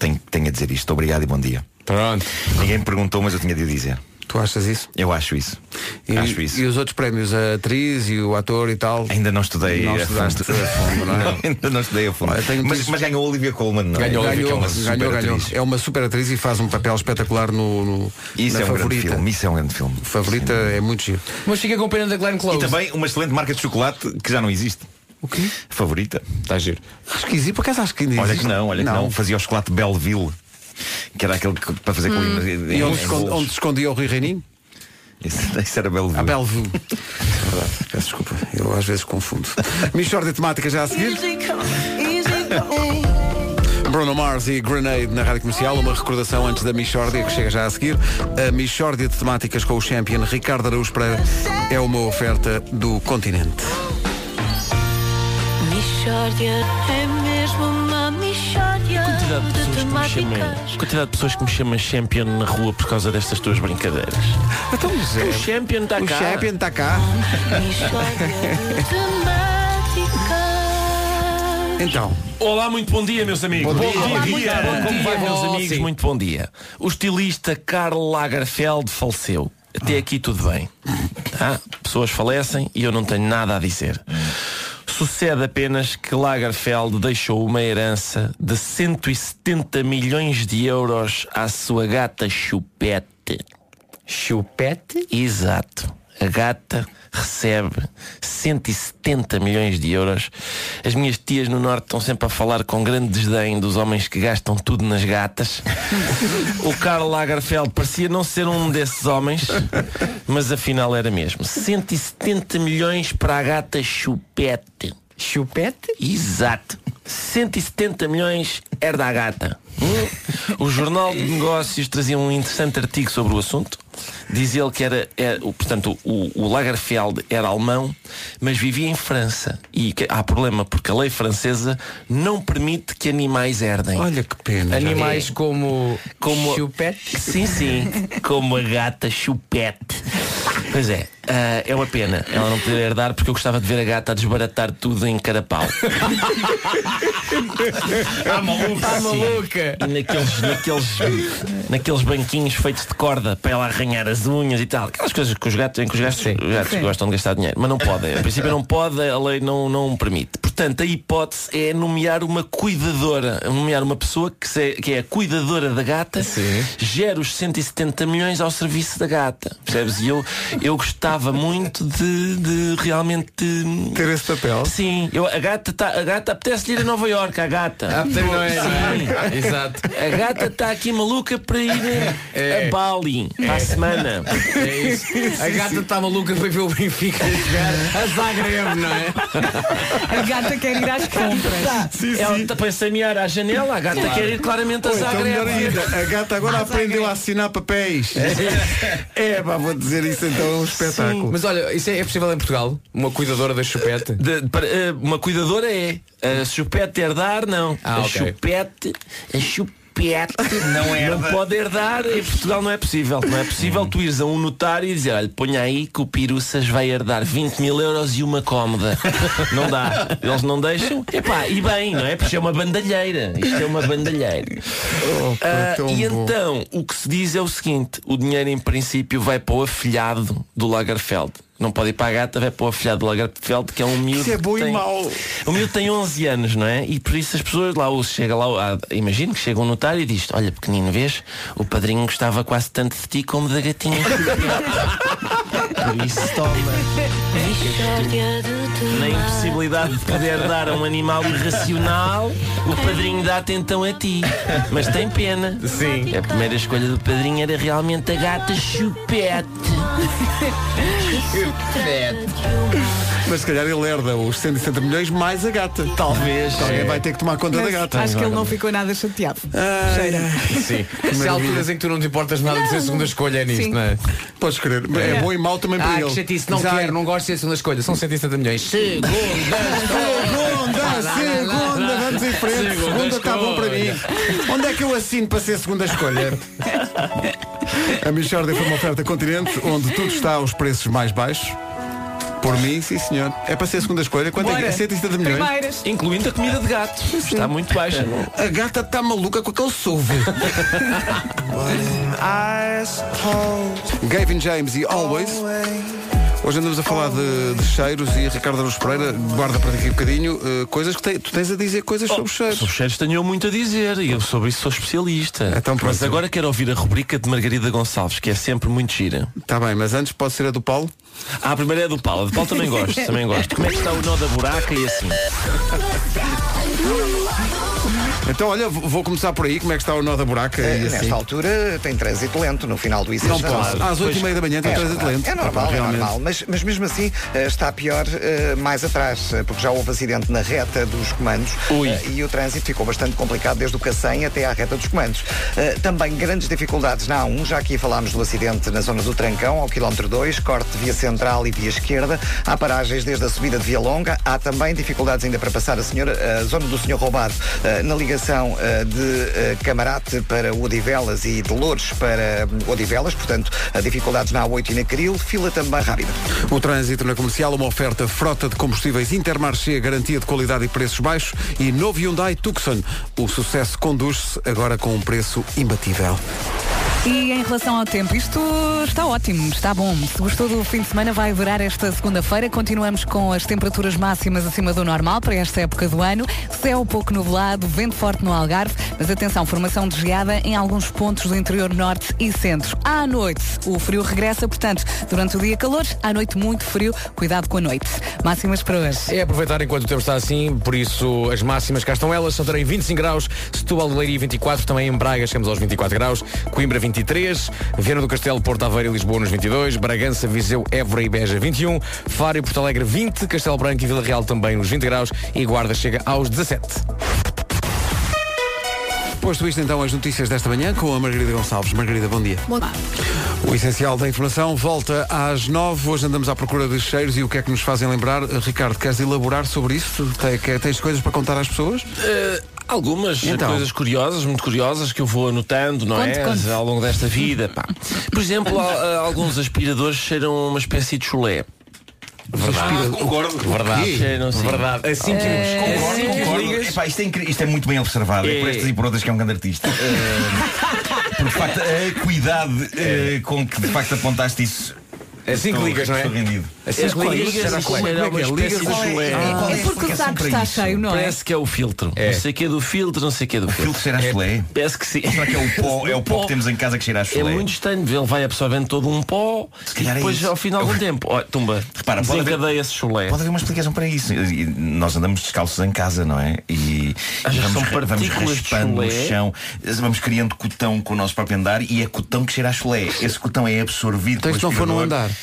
Speaker 8: Tenho, tenho a dizer isto. Obrigado e bom dia.
Speaker 5: Pronto.
Speaker 8: Ninguém me perguntou, mas eu tinha de o dizer.
Speaker 1: Tu achas isso?
Speaker 8: Eu acho isso.
Speaker 1: E,
Speaker 8: acho isso.
Speaker 1: e os outros prémios, a atriz e o ator e tal.
Speaker 8: Ainda não estudei
Speaker 1: Não
Speaker 8: a fundo.
Speaker 1: estudaste a fundo, não é?
Speaker 8: <laughs> Ainda não estudei a fundo.
Speaker 1: Olha, tenho
Speaker 8: Mas,
Speaker 1: notícias-
Speaker 8: mas ganhou a Olivia Colman, não é?
Speaker 5: Ganhou,
Speaker 8: Que é
Speaker 1: Ganhou,
Speaker 8: uma
Speaker 1: ganhou, ganhou.
Speaker 8: superatriz.
Speaker 1: É uma super atriz e faz um papel espetacular no, no
Speaker 8: Isso
Speaker 1: na
Speaker 8: é um grande
Speaker 1: favorita.
Speaker 8: filme. Isso é um grande filme.
Speaker 1: Favorita é muito giro.
Speaker 5: Mas fica com pena da Glenn
Speaker 8: E
Speaker 5: Close.
Speaker 8: também uma excelente marca de chocolate que já não existe.
Speaker 1: O quê?
Speaker 8: Favorita.
Speaker 5: Está giro.
Speaker 1: Acho que existe, por acaso acho que ainda
Speaker 8: Olha
Speaker 1: existe.
Speaker 8: que não, olha que não. Fazia o chocolate Belleville. Que era aquele que, para fazer com em- em-
Speaker 1: E onde,
Speaker 8: em
Speaker 1: esconde-
Speaker 8: bolos.
Speaker 1: onde escondia o Rui Reininho?
Speaker 8: Isso, isso era Belleville.
Speaker 1: A Bellevue. É verdade. Peço desculpa, eu às vezes
Speaker 8: <laughs>
Speaker 1: confundo. Michórdia de temática já a seguir. Bruno Mars e Grenade na Rádio Comercial, uma recordação antes da Michórdia que chega já a seguir. A Michórdia de temáticas com o champion Ricardo Araújo Pereira é uma oferta do continente.
Speaker 9: Michórdia é mesmo uma michórdia
Speaker 7: Quantidade de pessoas
Speaker 9: de
Speaker 7: que me chamam-
Speaker 9: temáticas.
Speaker 7: Quantidade de pessoas que me chamam champion na rua por causa destas tuas brincadeiras.
Speaker 1: Então,
Speaker 7: O champion está
Speaker 1: o
Speaker 7: cá.
Speaker 1: champion está cá.
Speaker 7: <laughs>
Speaker 9: Michórdia de temáticas.
Speaker 1: Então,
Speaker 7: Olá, muito bom dia, meus amigos. Bom, dia, Como vai, meus amigos?
Speaker 5: Sim.
Speaker 7: Muito bom dia. O estilista Karl Lagerfeld faleceu. Até aqui tudo bem. Tá? Pessoas falecem e eu não tenho nada a dizer. Sucede apenas que Lagerfeld deixou uma herança de 170 milhões de euros à sua gata Chupete.
Speaker 5: Chupete?
Speaker 7: Exato. A gata recebe 170 milhões de euros. As minhas tias no Norte estão sempre a falar com grande desdém dos homens que gastam tudo nas gatas. o Karl Lagerfeld parecia não ser um desses homens, mas afinal era mesmo. 170 milhões para a gata chupete.
Speaker 5: Chupete?
Speaker 7: Exato. 170 milhões é herda a gata. Hum? O Jornal de Negócios trazia um interessante artigo sobre o assunto. Diz ele que era, é, o- portanto, o, o Lagerfeld era alemão, mas vivia em França. E que- há problema porque a lei francesa não permite que animais herdem.
Speaker 1: Olha que pena. já.
Speaker 5: Animais como,
Speaker 7: Como-
Speaker 5: chupete.
Speaker 7: Sim, sim, como a gata chupete. Pois é, ah, é uma pena ela não poder herdar porque eu gostava de ver a gata a desbaratar tudo em carapau.
Speaker 5: Ah, maluca.
Speaker 2: Tá
Speaker 5: Ah, maluca.
Speaker 7: E naqueles, naqueles, naqueles banquinhos feitos de corda para ela arranhar as unhas e tal. Aquelas coisas que os gatos, em que os gatos, os gatos
Speaker 2: Sim.
Speaker 7: gostam de gastar dinheiro, mas não podem. A princípio não pode, a lei não, não permite. Portanto, a hipótese é nomear uma cuidadora, nomear uma pessoa que, se- que é a cuidadora da gata, gera os 170 milhões ao serviço da gata. Percebes? E eu, eu gostava muito de, de realmente. de-
Speaker 1: Ter esse papel.
Speaker 7: Sim, eu, a gata, tá, a gata apetece ir a Nova Iorque, a gata.
Speaker 5: não é, não é? <laughs> Exato.
Speaker 7: A gata está aqui maluca para ir né,
Speaker 1: É.
Speaker 7: a Bali para a <laughs> semana.
Speaker 5: É isso. A gata está maluca para ver o Benfica jogar a Zagreb, não é?
Speaker 2: A gata quer ir às compras.
Speaker 7: Ela está para sanear à janela, a gata quer ir claramente a
Speaker 1: Ou então, melhor
Speaker 7: Zagreb.
Speaker 1: ainda, a gata agora
Speaker 5: é
Speaker 1: aprendeu a assinar papéis.
Speaker 5: <laughs>
Speaker 1: É, pá, vou dizer isso então é um espetáculo.
Speaker 5: Mas olha, isso é, é possível em Portugal? Uma cuidadora da chupete?
Speaker 7: De- para- eh, uma cuidadora é. A chupete herdar, não.
Speaker 5: Ah,
Speaker 7: a
Speaker 5: ok.
Speaker 7: chupete. A chupete não, não pode herdar. Em Portugal não é possível. Não é possível
Speaker 1: Uhum.
Speaker 7: tu ires a um notário e dizer, olha, ponha aí que o Piruças vai herdar 20 mil euros e
Speaker 1: <laughs>
Speaker 7: uma cómoda. não dá. Eles não deixam. Epá, e bem, não é? Porque isto é uma bandalheira. Isto é uma bandalheira.
Speaker 1: Oh, pá,
Speaker 7: Ah,
Speaker 1: tão
Speaker 7: e
Speaker 1: bom.
Speaker 7: então, o que se diz é o seguinte: o dinheiro, em princípio, vai para o afilhado do Lagerfeld. Não pode ir para a gata, vai para o afilhado do Lagerfeld, que é um miúdo.
Speaker 1: Isso é
Speaker 7: que
Speaker 1: bom e
Speaker 7: tem-
Speaker 1: mau.
Speaker 7: O miúdo tem 11 anos, não é? E por isso as pessoas lá, o- chega lá, ah, imagino que chega um notário e diz: Olha, pequenino, vês? O padrinho gostava quase tanto de ti como da gatinha. <laughs> por isso, toma. É
Speaker 9: Mishória de temas
Speaker 7: Na impossibilidade de poder dar a um animal irracional, o padrinho dá-te então a ti. Mas tem pena. Sim. A primeira escolha do padrinho era realmente a gata chupete.
Speaker 1: Mas se calhar ele herda os 160 milhões mais a gata.
Speaker 7: Talvez.
Speaker 1: Alguém
Speaker 7: É.
Speaker 1: vai ter que tomar conta da
Speaker 2: Mas
Speaker 1: gata. é
Speaker 2: acho que ele não ficou nada chateado. Cheira.
Speaker 5: Sim. Se há
Speaker 1: maravilha.
Speaker 5: alturas em que tu não te importas nada de ser a segunda escolha é nisto,
Speaker 2: Sim.
Speaker 5: não é?
Speaker 1: Podes crer. É. bom e mau também para
Speaker 5: Ah,
Speaker 1: ele.
Speaker 5: que chatice, não
Speaker 1: Exato.
Speaker 5: quero, não gosto de ser a segunda escolha. São 170 milhões. Segunda
Speaker 1: Segunda, segunda, vamos em frente.
Speaker 5: Segunda
Speaker 1: Segunda está bom para mim. Onde é que eu assino para ser segunda escolha? A Michorda foi uma oferta continente onde tudo está aos preços mais baixos. Por mim, sim senhor. É para ser segunda escolha. Quanto é que é?
Speaker 2: Bora.
Speaker 1: 170 milhões?
Speaker 2: Primeiras.
Speaker 7: Incluindo a comida de gato. Está muito baixa.
Speaker 1: A gata está maluca com aquele souve. Gavin James e Always. Hoje andamos a falar de, de cheiros e Ricardo Aruz Pereira guarda para daqui um bocadinho eh, coisas que te- tu tens a dizer coisas
Speaker 7: Oh,
Speaker 1: sobre cheiros.
Speaker 7: Sobre cheiros tenho eu muito a dizer e eu sobre isso sou especialista.
Speaker 1: Então pronto.
Speaker 7: Mas agora quero ouvir a rubrica de Margarida Gonçalves, que é sempre muito gira.
Speaker 1: Está Tá bem, mas antes pode ser a do Paulo.
Speaker 7: Ah, a primeira é a do Paulo. A do Paulo também gosto, também gosto. Como é que está o nó da buraca e assim?
Speaker 1: Então olha, vou vou começar por aí, como é que está o nó da buraca
Speaker 3: Eh,
Speaker 1: e
Speaker 3: Nesta
Speaker 1: assim.
Speaker 3: altura tem trânsito lento no final do IC.
Speaker 1: Não posso. Às
Speaker 7: Pois-
Speaker 1: 8h30 da manhã então tem
Speaker 3: É,
Speaker 1: trânsito lento.
Speaker 3: é normal, é
Speaker 1: Realmente.
Speaker 3: normal. Mas, mas mesmo assim eh, está pior eh, mais atrás, eh, porque já houve acidente na reta dos comandos
Speaker 7: Ui.
Speaker 3: eh, e o trânsito ficou bastante complicado desde o Cacém até à reta dos comandos. Eh, Também grandes dificuldades na A1, já aqui falámos do acidente na zona do Trancão, ao quilómetro 2, corte de via central e via esquerda. Há paragens desde a subida de Via Longa. Há também dificuldades ainda para passar a, senhora, a zona do Senhor Roubado eh, na ligação eh, de eh, Camarate para Odivelas e de Louros para hum, Odivelas. Portanto, eh, dificuldades na A8 e na Caril. Fila também rápida.
Speaker 1: O trânsito na comercial, uma oferta frota de combustíveis Intermarché, garantia de qualidade e preços baixos e novo Hyundai Tucson. O sucesso conduz-se agora com um preço imbatível.
Speaker 2: E em relação ao tempo, isto está ótimo, está bom. Se gostou do fim de semana, vai durar esta segunda-feira. Continuamos com as temperaturas máximas acima do normal para esta época do ano. Céu um pouco nublado, vento forte no Algarve, mas atenção, formação de geada em alguns pontos do interior norte e centro. À noite, o frio regressa, portanto, durante o dia calor, à noite muito frio, cuidado com a noite. Máximas para hoje.
Speaker 5: É aproveitar enquanto o tempo está assim, por isso as máximas cá estão elas, Santarém 25 graus, Setúbal, Leiria 24, também em Braga chegamos aos 24 graus, Coimbra 23, Viana do Castelo, Porto Aveiro e Lisboa nos 22, Bragança, Viseu, Évora e Beja 21, Faro e Porto Alegre 20, Castelo Branco e Vila Real também nos 20 graus e Guarda chega aos 17.
Speaker 1: Posto isto então as notícias desta manhã com a Margarida Gonçalves. Margarida, bom dia.
Speaker 2: Bom-
Speaker 1: O essencial da informação volta às nove. Hoje andamos à procura de cheiros e o que é que nos fazem lembrar. Ricardo, queres elaborar sobre isso? Te- que- Tens coisas para contar às pessoas?
Speaker 7: Eh, algumas
Speaker 1: Então?
Speaker 7: coisas curiosas, muito curiosas, que eu vou anotando, não
Speaker 2: Conte,
Speaker 7: é?
Speaker 2: conte.
Speaker 7: Ao longo desta vida. pá.
Speaker 2: <laughs>
Speaker 7: Por exemplo, al- eh, alguns aspiradores cheiram uma espécie de chulé.
Speaker 1: Aspira-
Speaker 8: Ah,
Speaker 7: Verdade. Cheiram assim.
Speaker 5: Verdade. Assim que nos
Speaker 7: Assim que
Speaker 5: concordo, concordo.
Speaker 7: ligas-
Speaker 8: Epá, isto, é incri- isto é muito bem observado. É,
Speaker 7: É.
Speaker 8: por estas e por outras que é um
Speaker 1: <laughs>
Speaker 8: grande artista. Eh, Porque de facto a acuidade
Speaker 1: É.
Speaker 8: eh, com que de facto apontaste isso.
Speaker 5: Assim que
Speaker 8: estou-
Speaker 5: ligas, não é?
Speaker 8: Estou rendido.
Speaker 5: Assim que
Speaker 8: é
Speaker 5: ligas,
Speaker 7: ligas
Speaker 5: será
Speaker 7: e
Speaker 5: que vai?
Speaker 7: cheiram uma
Speaker 1: Como é que é?
Speaker 7: espécie de
Speaker 1: Ligas-
Speaker 7: chulé.
Speaker 2: É, porque o
Speaker 8: explicação
Speaker 2: saco
Speaker 8: para
Speaker 2: está
Speaker 8: isso?
Speaker 2: cheio, não é?
Speaker 7: Parece que é o filtro.
Speaker 5: É.
Speaker 7: Não sei o que é do filtro, não sei o que é do
Speaker 8: Filtro
Speaker 7: filtro.
Speaker 8: cheira a chulé?
Speaker 7: Parece que sim.
Speaker 8: Será que é o pó, <laughs> é o pó que temos em casa que cheira a
Speaker 7: É
Speaker 8: chulé?
Speaker 7: muito estranho, ele vai absorvendo todo um pó e
Speaker 8: calhar é
Speaker 7: depois
Speaker 8: isso.
Speaker 7: ao fim de algum tempo, ó, tumba,
Speaker 8: Repara, pode haver-
Speaker 7: desencadeia esse chulé.
Speaker 8: Pode haver uma explicação para isso. E nós andamos descalços em casa, não é? E
Speaker 7: Às
Speaker 8: e
Speaker 7: vezes são
Speaker 8: vamos, ra- vamos
Speaker 7: partículas de
Speaker 8: raspando o
Speaker 7: chulé.
Speaker 8: chão, vamos criando cotão com o nosso próprio andar e é cotão que cheira a chulé. Esse cotão é absorvido
Speaker 1: Então
Speaker 8: pelo
Speaker 1: isto não for no
Speaker 8: aspirador.
Speaker 1: andar.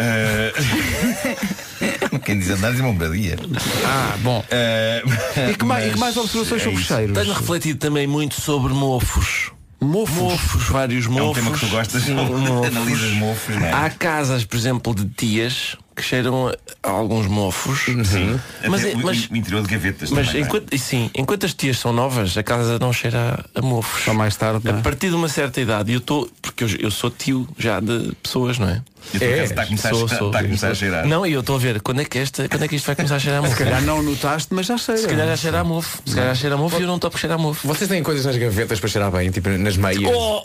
Speaker 8: Ah, <laughs> Quem diz andar diz uma moradia.
Speaker 1: Ah, bom.
Speaker 8: Ah,
Speaker 1: E que, mais, e que mais
Speaker 8: mas
Speaker 1: observações
Speaker 8: é
Speaker 1: sobre
Speaker 8: isso.
Speaker 1: cheiros?
Speaker 7: Tenho refletido também muito sobre mofos.
Speaker 1: Mofos?
Speaker 7: vários
Speaker 8: É
Speaker 7: mofos.
Speaker 8: um tema que tu gostas,
Speaker 7: Sim, mofos.
Speaker 8: <laughs> analisas mofos, não é?
Speaker 7: Há casas, por exemplo, de tias que cheiram a alguns mofos. Sim.
Speaker 8: Até
Speaker 7: Mas, é-
Speaker 8: o,
Speaker 7: mas,
Speaker 8: o interior de gavetas.
Speaker 7: mas
Speaker 8: também, não é?
Speaker 7: enquanto, e sim, enquanto as tias são novas, a casa não cheira a mofos.
Speaker 1: Só mais tarde, não é?
Speaker 7: A partir de uma certa idade, e eu estou, porque eu, eu sou tio já de pessoas, não é?
Speaker 8: E tu, por acaso, está a começar a
Speaker 7: Sou,
Speaker 8: che-
Speaker 7: sou.
Speaker 8: está a começar a cheirar.
Speaker 7: Não, e eu estou a ver quando é que esta, quando é que isto vai começar a cheirar a mofo.
Speaker 1: Se calhar não notaste, mas já cheira.
Speaker 7: Se calhar já cheira a mofo. Se calhar já cheira a mofo e eu não topo cheirar a mofo.
Speaker 5: Vocês têm coisas nas gavetas para cheirar bem, tipo nas meias.
Speaker 7: Oh,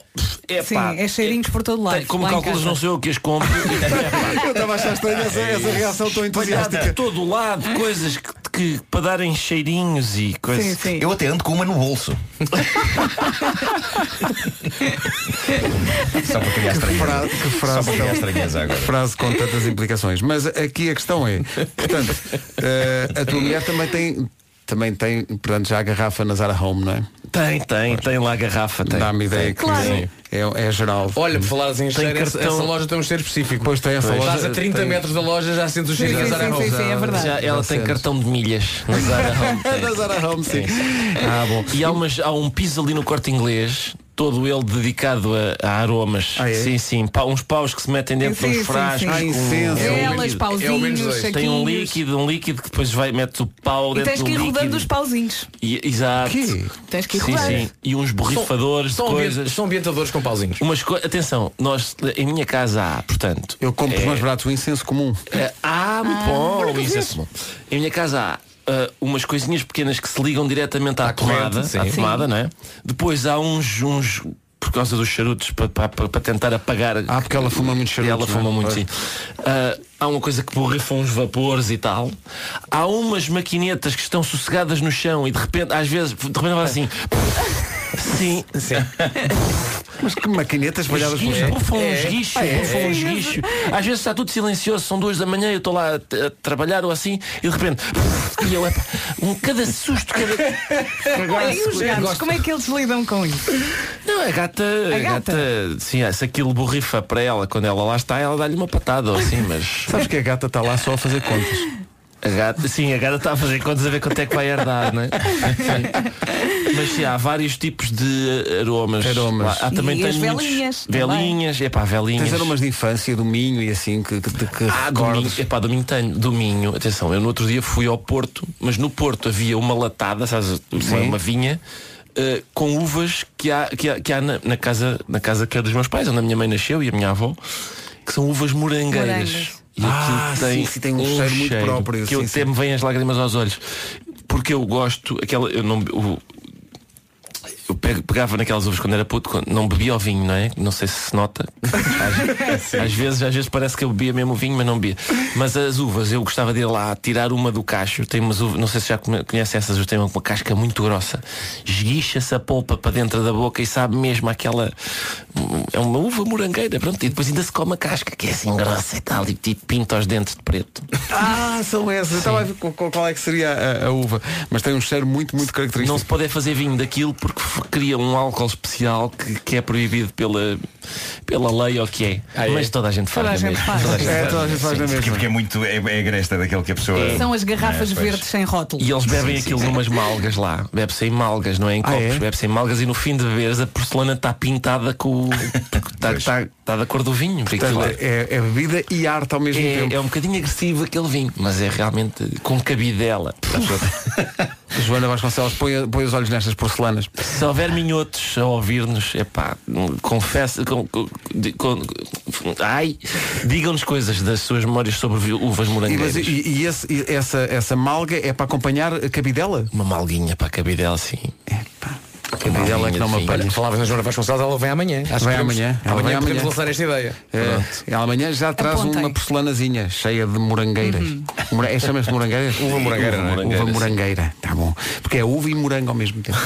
Speaker 7: é
Speaker 2: Sim, é cheirinhos por todo lado.
Speaker 7: como
Speaker 2: lá em
Speaker 7: calculas
Speaker 2: casa.
Speaker 7: não sei eu que as compro.
Speaker 1: <laughs> Eu estava a achar estranha essa, essa reação tão
Speaker 7: De todo lado, coisas que, que para darem cheirinhos e coisas.
Speaker 2: Sim, sim.
Speaker 8: Eu até ando com uma no bolso. Só para criar estranheza.
Speaker 1: Frase- que
Speaker 8: Só
Speaker 1: frase
Speaker 8: para
Speaker 1: tão-
Speaker 8: criar estranheza agora.
Speaker 1: frase com tantas implicações. Mas aqui a questão é, portanto, eh, a tua mulher também tem, também tem, portanto, já a garrafa na Zara Home, não é?
Speaker 7: Tem, tem, tem lá a garrafa. Tem.
Speaker 1: Dá-me ideia
Speaker 7: Tem.
Speaker 1: que é, é geral.
Speaker 5: Olha, por falar assim, cheiro, essa,
Speaker 7: cartão.
Speaker 5: essa loja tem um cheiro específico.
Speaker 1: Pois tem essa loja.
Speaker 5: Estás a 30
Speaker 1: tem-
Speaker 5: metros da loja, já sentes o
Speaker 2: Sim,
Speaker 5: cheiro
Speaker 2: sim,
Speaker 5: da Zara
Speaker 2: sim,
Speaker 5: Home.
Speaker 2: sim, sim, é verdade.
Speaker 7: Já, ela tem
Speaker 1: sentes.
Speaker 7: cartão
Speaker 1: <laughs>
Speaker 7: de milhas na Zara Home, tem.
Speaker 1: na Zara Home, sim. Ah, bom.
Speaker 7: E há, umas- há um piso ali no corte inglês, todo ele dedicado a, a aromas.
Speaker 1: Ah, é?
Speaker 7: Sim, sim. pá, uns paus que se metem dentro
Speaker 2: Sim,
Speaker 7: de
Speaker 2: sim,
Speaker 7: uns frascos.
Speaker 1: sim. Ah,
Speaker 7: com-
Speaker 1: incenso.
Speaker 7: é um
Speaker 2: Velas,
Speaker 7: líquido.
Speaker 5: menos
Speaker 2: pauzinhos,
Speaker 5: dois.
Speaker 2: saquinhos.
Speaker 7: Tem um líquido, um líquido que depois vai, mete o pau
Speaker 2: E
Speaker 7: dentro
Speaker 2: tens
Speaker 7: do
Speaker 2: que ir
Speaker 7: líquido.
Speaker 2: rodando os pauzinhos.
Speaker 7: E- exato.
Speaker 1: Quê?
Speaker 2: Tens que ir
Speaker 7: sim,
Speaker 2: rodando.
Speaker 7: sim. E uns borrifadores
Speaker 5: São,
Speaker 7: de
Speaker 5: ambi-
Speaker 7: coisas.
Speaker 5: são ambientadores com pauzinhos.
Speaker 7: Umas co- Atenção, nós em minha casa há, portanto.
Speaker 1: Eu compro por
Speaker 7: é,
Speaker 1: mais barato o incenso comum.
Speaker 7: é, Ah, muito bom. isso é bom. Em minha casa há. ah, umas coisinhas pequenas que se ligam diretamente à,
Speaker 5: corrente,
Speaker 7: tomada,
Speaker 5: sim.
Speaker 7: à
Speaker 5: Sim.
Speaker 7: tomada, não é? Depois há uns, uns por causa dos charutos para, para, para- para tentar apagar.
Speaker 1: Ah, porque ela fuma muito charutos,
Speaker 7: Ela
Speaker 1: não é?
Speaker 7: fuma muito,
Speaker 1: Pois.
Speaker 7: sim. Ah, há uma coisa que borrifa uns vapores e tal. Há umas maquinetas que estão sossegadas no chão e de repente, às vezes, de repente vai assim. Sim,
Speaker 1: Mas que maquinetas espalhadas pelo
Speaker 7: Esguicho,
Speaker 1: chão.
Speaker 7: bufam um esguicho, bufam um esguicho. Às vezes está tudo silencioso, são duas da manhã, eu estou lá a, t- a trabalhar ou assim, e de repente, e eu, epá, um cada susto, cada.
Speaker 2: Olha, e os gatos, como é que eles lidam com isso?
Speaker 7: Não, a gata, a
Speaker 2: gata.
Speaker 7: gata, sim, é, se aquilo borrifa para ela, quando ela lá está, ela dá-lhe uma patada ou assim, mas
Speaker 1: <laughs> Sabes que a gata está lá só a fazer contas.
Speaker 7: a gata, sim, a gata está a fazer contas a ver quanto é que vai
Speaker 1: <laughs>
Speaker 7: herdar, não é? Sim. Mas sim, há vários tipos de aromas.
Speaker 1: Aromas.
Speaker 7: Lá- Há também
Speaker 2: E as
Speaker 7: tem muitos-
Speaker 2: velinhas também.
Speaker 7: Velinhas, é pá, velinhas.
Speaker 1: Tens aromas de infância, do minho e assim, que, que, que
Speaker 7: Ah, domingo,
Speaker 1: recordas.
Speaker 7: epá, domingo tenho, domingo, atenção, eu no outro dia fui ao Porto, mas no Porto havia uma latada, sabes, uma,
Speaker 1: Sim.
Speaker 7: uma vinha, eh, com uvas que há, que há, que há na, na casa, na casa que é dos meus pais, onde a minha mãe nasceu e a minha avó, que são uvas morangueiras.
Speaker 2: Morangas.
Speaker 7: E aquilo
Speaker 1: Ah, sim, sim, tem um cheiro muito próprio,
Speaker 7: Que eu
Speaker 1: sim,
Speaker 7: até
Speaker 1: sim.
Speaker 7: me vêm as lágrimas aos olhos. Porque eu gosto, aquela, eu não, o- eu pego- pegava naquelas uvas quando era puto, quando não bebia o vinho, não é? Não sei se se nota. Às, às vezes, às vezes parece que eu bebia mesmo o vinho, mas não bebia. Mas as uvas, eu gostava de ir lá tirar uma do cacho. Tem umas uvas, não sei se já come- conhece essas, mas tem uma casca muito grossa. Esguicha-se a polpa para dentro da boca e sabe mesmo aquela. É uma uva morangueira, pronto. E depois ainda se come a casca, que é assim grossa e tal, e tipo, pinta os dentes de preto.
Speaker 1: Ah, são essas. Eu Estava a ver qual, qual é que seria a, a uva. Mas tem um cheiro muito, muito
Speaker 7: Não
Speaker 1: característico.
Speaker 7: se pode é fazer vinho daquilo porque f- cria um álcool especial que, que é proibido pela, pela lei ou que é.
Speaker 5: Ah, é?
Speaker 7: Mas toda a gente faz.
Speaker 2: Toda a
Speaker 7: na
Speaker 2: gente
Speaker 7: mesma.
Speaker 2: faz.
Speaker 1: É, toda a gente faz na
Speaker 8: Porque,
Speaker 1: mesma.
Speaker 8: porque é muito. É, é agresta daquele que a pessoa.
Speaker 2: São
Speaker 8: <laughs>
Speaker 2: as garrafas
Speaker 8: É, pois.
Speaker 2: verdes sem rótulo.
Speaker 1: <laughs>
Speaker 7: E eles bebem aquilo numas malgas lá. Bebe-se em malgas, não é em
Speaker 1: Ah,
Speaker 7: copos.
Speaker 1: é?
Speaker 7: Bebe-se em malgas e no fim de vez a porcelana está pintada com. Está
Speaker 8: Pois.
Speaker 7: da cor do vinho. porque aquilo
Speaker 1: Portanto,
Speaker 7: é-
Speaker 1: é, é bebida e arte ao mesmo
Speaker 7: é,
Speaker 1: tempo.
Speaker 7: é um bocadinho agressivo aquele vinho, mas é realmente com cabidela.
Speaker 1: Joana Vasconcelos, põe, põe os olhos nestas porcelanas.
Speaker 7: Se houver minhotos a ouvir-nos, é pá, confesso. com- com- de- com- ai, digam-nos coisas das suas memórias sobre vi- uvas
Speaker 1: E,
Speaker 7: morangueiras.
Speaker 1: mas, e- e esse- e essa, essa malga é para acompanhar a cabidela?
Speaker 7: Uma malguinha para a cabidela, sim.
Speaker 1: A cabidela é que não me
Speaker 7: Sim.
Speaker 1: apanha.
Speaker 5: Falavas na Joana Vasconcelos, ela vem amanhã. Acho que
Speaker 1: Vem
Speaker 5: podemos-
Speaker 1: amanhã. Ela
Speaker 5: Amanhã
Speaker 1: vem
Speaker 5: podemos
Speaker 1: amanhã.
Speaker 5: lançar esta ideia.
Speaker 1: É, e amanhã já traz
Speaker 2: Apontem.
Speaker 1: uma porcelanazinha cheia de morangueiras. <laughs> Mora- É, Chama-se morangeiras? Uva
Speaker 8: morangueira,
Speaker 1: Uva,
Speaker 8: não é?
Speaker 1: morangueira, tá bom. Porque é uva e morango ao mesmo tempo.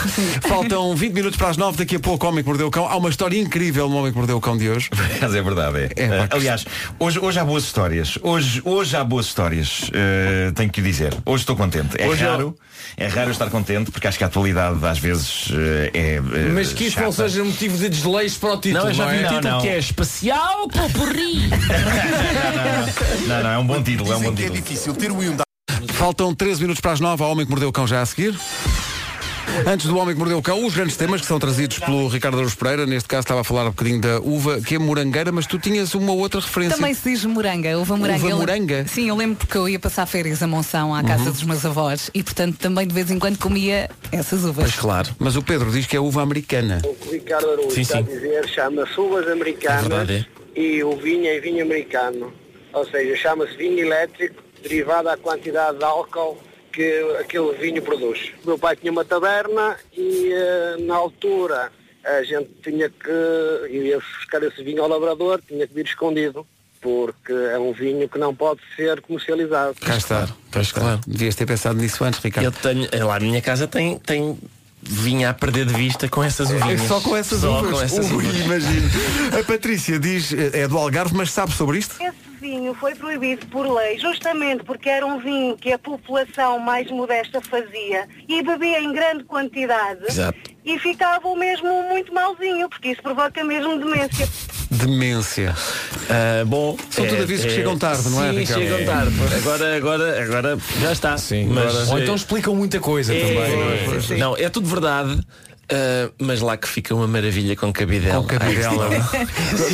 Speaker 1: Faltam 20 minutos para as 9, daqui a pouco o Homem que Mordeu o Cão. Há uma história incrível no Homem que Mordeu o Cão de hoje.
Speaker 8: Mas é verdade, é.
Speaker 1: É, pá,
Speaker 8: Eh, aliás, hoje, hoje há boas histórias. Hoje, hoje há boas histórias, eh, tenho que dizer. Hoje estou contente. É
Speaker 7: Hoje é-
Speaker 8: raro, é raro eu estar contente, porque acho que a atualidade às vezes eh, é. eh,
Speaker 5: Mas que isso não
Speaker 8: chata.
Speaker 5: seja motivo de desleixo para o título.
Speaker 7: Não, eu já vi
Speaker 5: é?
Speaker 7: o título
Speaker 8: não.
Speaker 7: que é especial, popurri.
Speaker 8: Não, não, é um bom título, é um bom título.
Speaker 1: Faltam 13 minutos para as 9, há Homem que Mordeu o Cão já a seguir. Antes do Homem que Mordeu o Cão, os grandes temas que são trazidos pelo Ricardo Aruz Pereira, neste caso estava a falar um bocadinho da uva, que é morangueira, mas tu tinhas uma outra referência.
Speaker 2: Também se diz moranga, uva moranga.
Speaker 1: Uva
Speaker 2: Eu lem-
Speaker 1: moranga?
Speaker 2: Sim, eu lembro porque eu ia passar férias a Monção à casa dos meus avós e, portanto, também de vez em quando comia essas uvas.
Speaker 7: Claro.
Speaker 1: Mas o Pedro diz que é uva americana.
Speaker 10: O que o Ricardo Araújo
Speaker 7: Sim,
Speaker 10: está a
Speaker 7: sim.
Speaker 10: dizer chama-se uvas
Speaker 7: É
Speaker 10: americanas
Speaker 7: verdade,
Speaker 10: e o vinho é vinho americano. Ou seja, chama-se vinho elétrico derivado da quantidade de álcool que aquele vinho produz. O meu pai tinha uma taberna e eh, na altura a gente tinha que, eu ia buscar esse vinho ao labrador, tinha que vir escondido, porque é um vinho que não pode ser comercializado.
Speaker 1: Cá está.
Speaker 7: Pois claro.
Speaker 1: Devias ter pensado nisso antes, Ricardo.
Speaker 7: Eu tenho, lá na minha casa tem, tem vinha a perder de vista com essas uvinhas.
Speaker 1: É, Só com essas
Speaker 7: Só
Speaker 1: uvas.
Speaker 7: com essas
Speaker 1: Ui,
Speaker 7: uvas.
Speaker 1: imagino. A Patrícia diz, eh, é do Algarve, mas sabe sobre isto?
Speaker 9: Esse vinho foi proibido por lei, justamente porque era um vinho que a população mais modesta fazia e bebia em grande quantidade.
Speaker 7: Exato.
Speaker 9: E ficava o mesmo muito malzinho, porque isso provoca mesmo demência.
Speaker 1: Demência.
Speaker 7: Ah, bom,
Speaker 1: São tudo avisos que chegam tarde, não é,
Speaker 7: sim,
Speaker 1: Ricardo?
Speaker 7: chegam tarde. Agora, agora, agora já está.
Speaker 5: Sim, agora- Ou então explicam muita coisa
Speaker 7: é,
Speaker 5: também. não é?
Speaker 7: é, não, é tudo verdade. ah, mas lá que fica uma maravilha com cabidela.
Speaker 1: Com cabidela.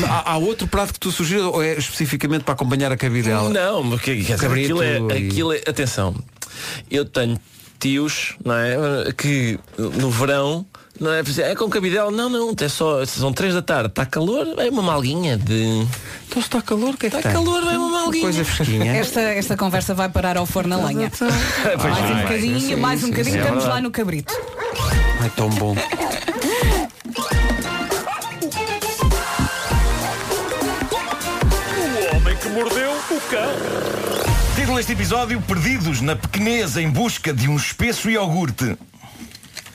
Speaker 1: há, há outro prato que tu sugiras ou é especificamente para acompanhar a
Speaker 8: <laughs>
Speaker 1: cabidela?
Speaker 7: Não, porque quer dizer,
Speaker 1: Cabrito
Speaker 7: aquilo, é,
Speaker 1: e-
Speaker 7: aquilo é. Atenção, eu tenho tios, não é? Que no verão. Não é, é com cabidela, não, não, é só, são três da tarde, está calor, é uma malguinha de.
Speaker 1: Então se está calor, o que é que
Speaker 7: Está
Speaker 1: tem?
Speaker 7: calor, é uma malguinha. <laughs>
Speaker 1: Coisa fresquinha.
Speaker 2: Esta, esta conversa vai parar ao forno a lenha. mais um bocadinho, mais um bocadinho, estamos lá no cabrito.
Speaker 1: Ai, tão bom.
Speaker 8: Título deste episódio: Perdidos na pequenez em busca de um espesso iogurte.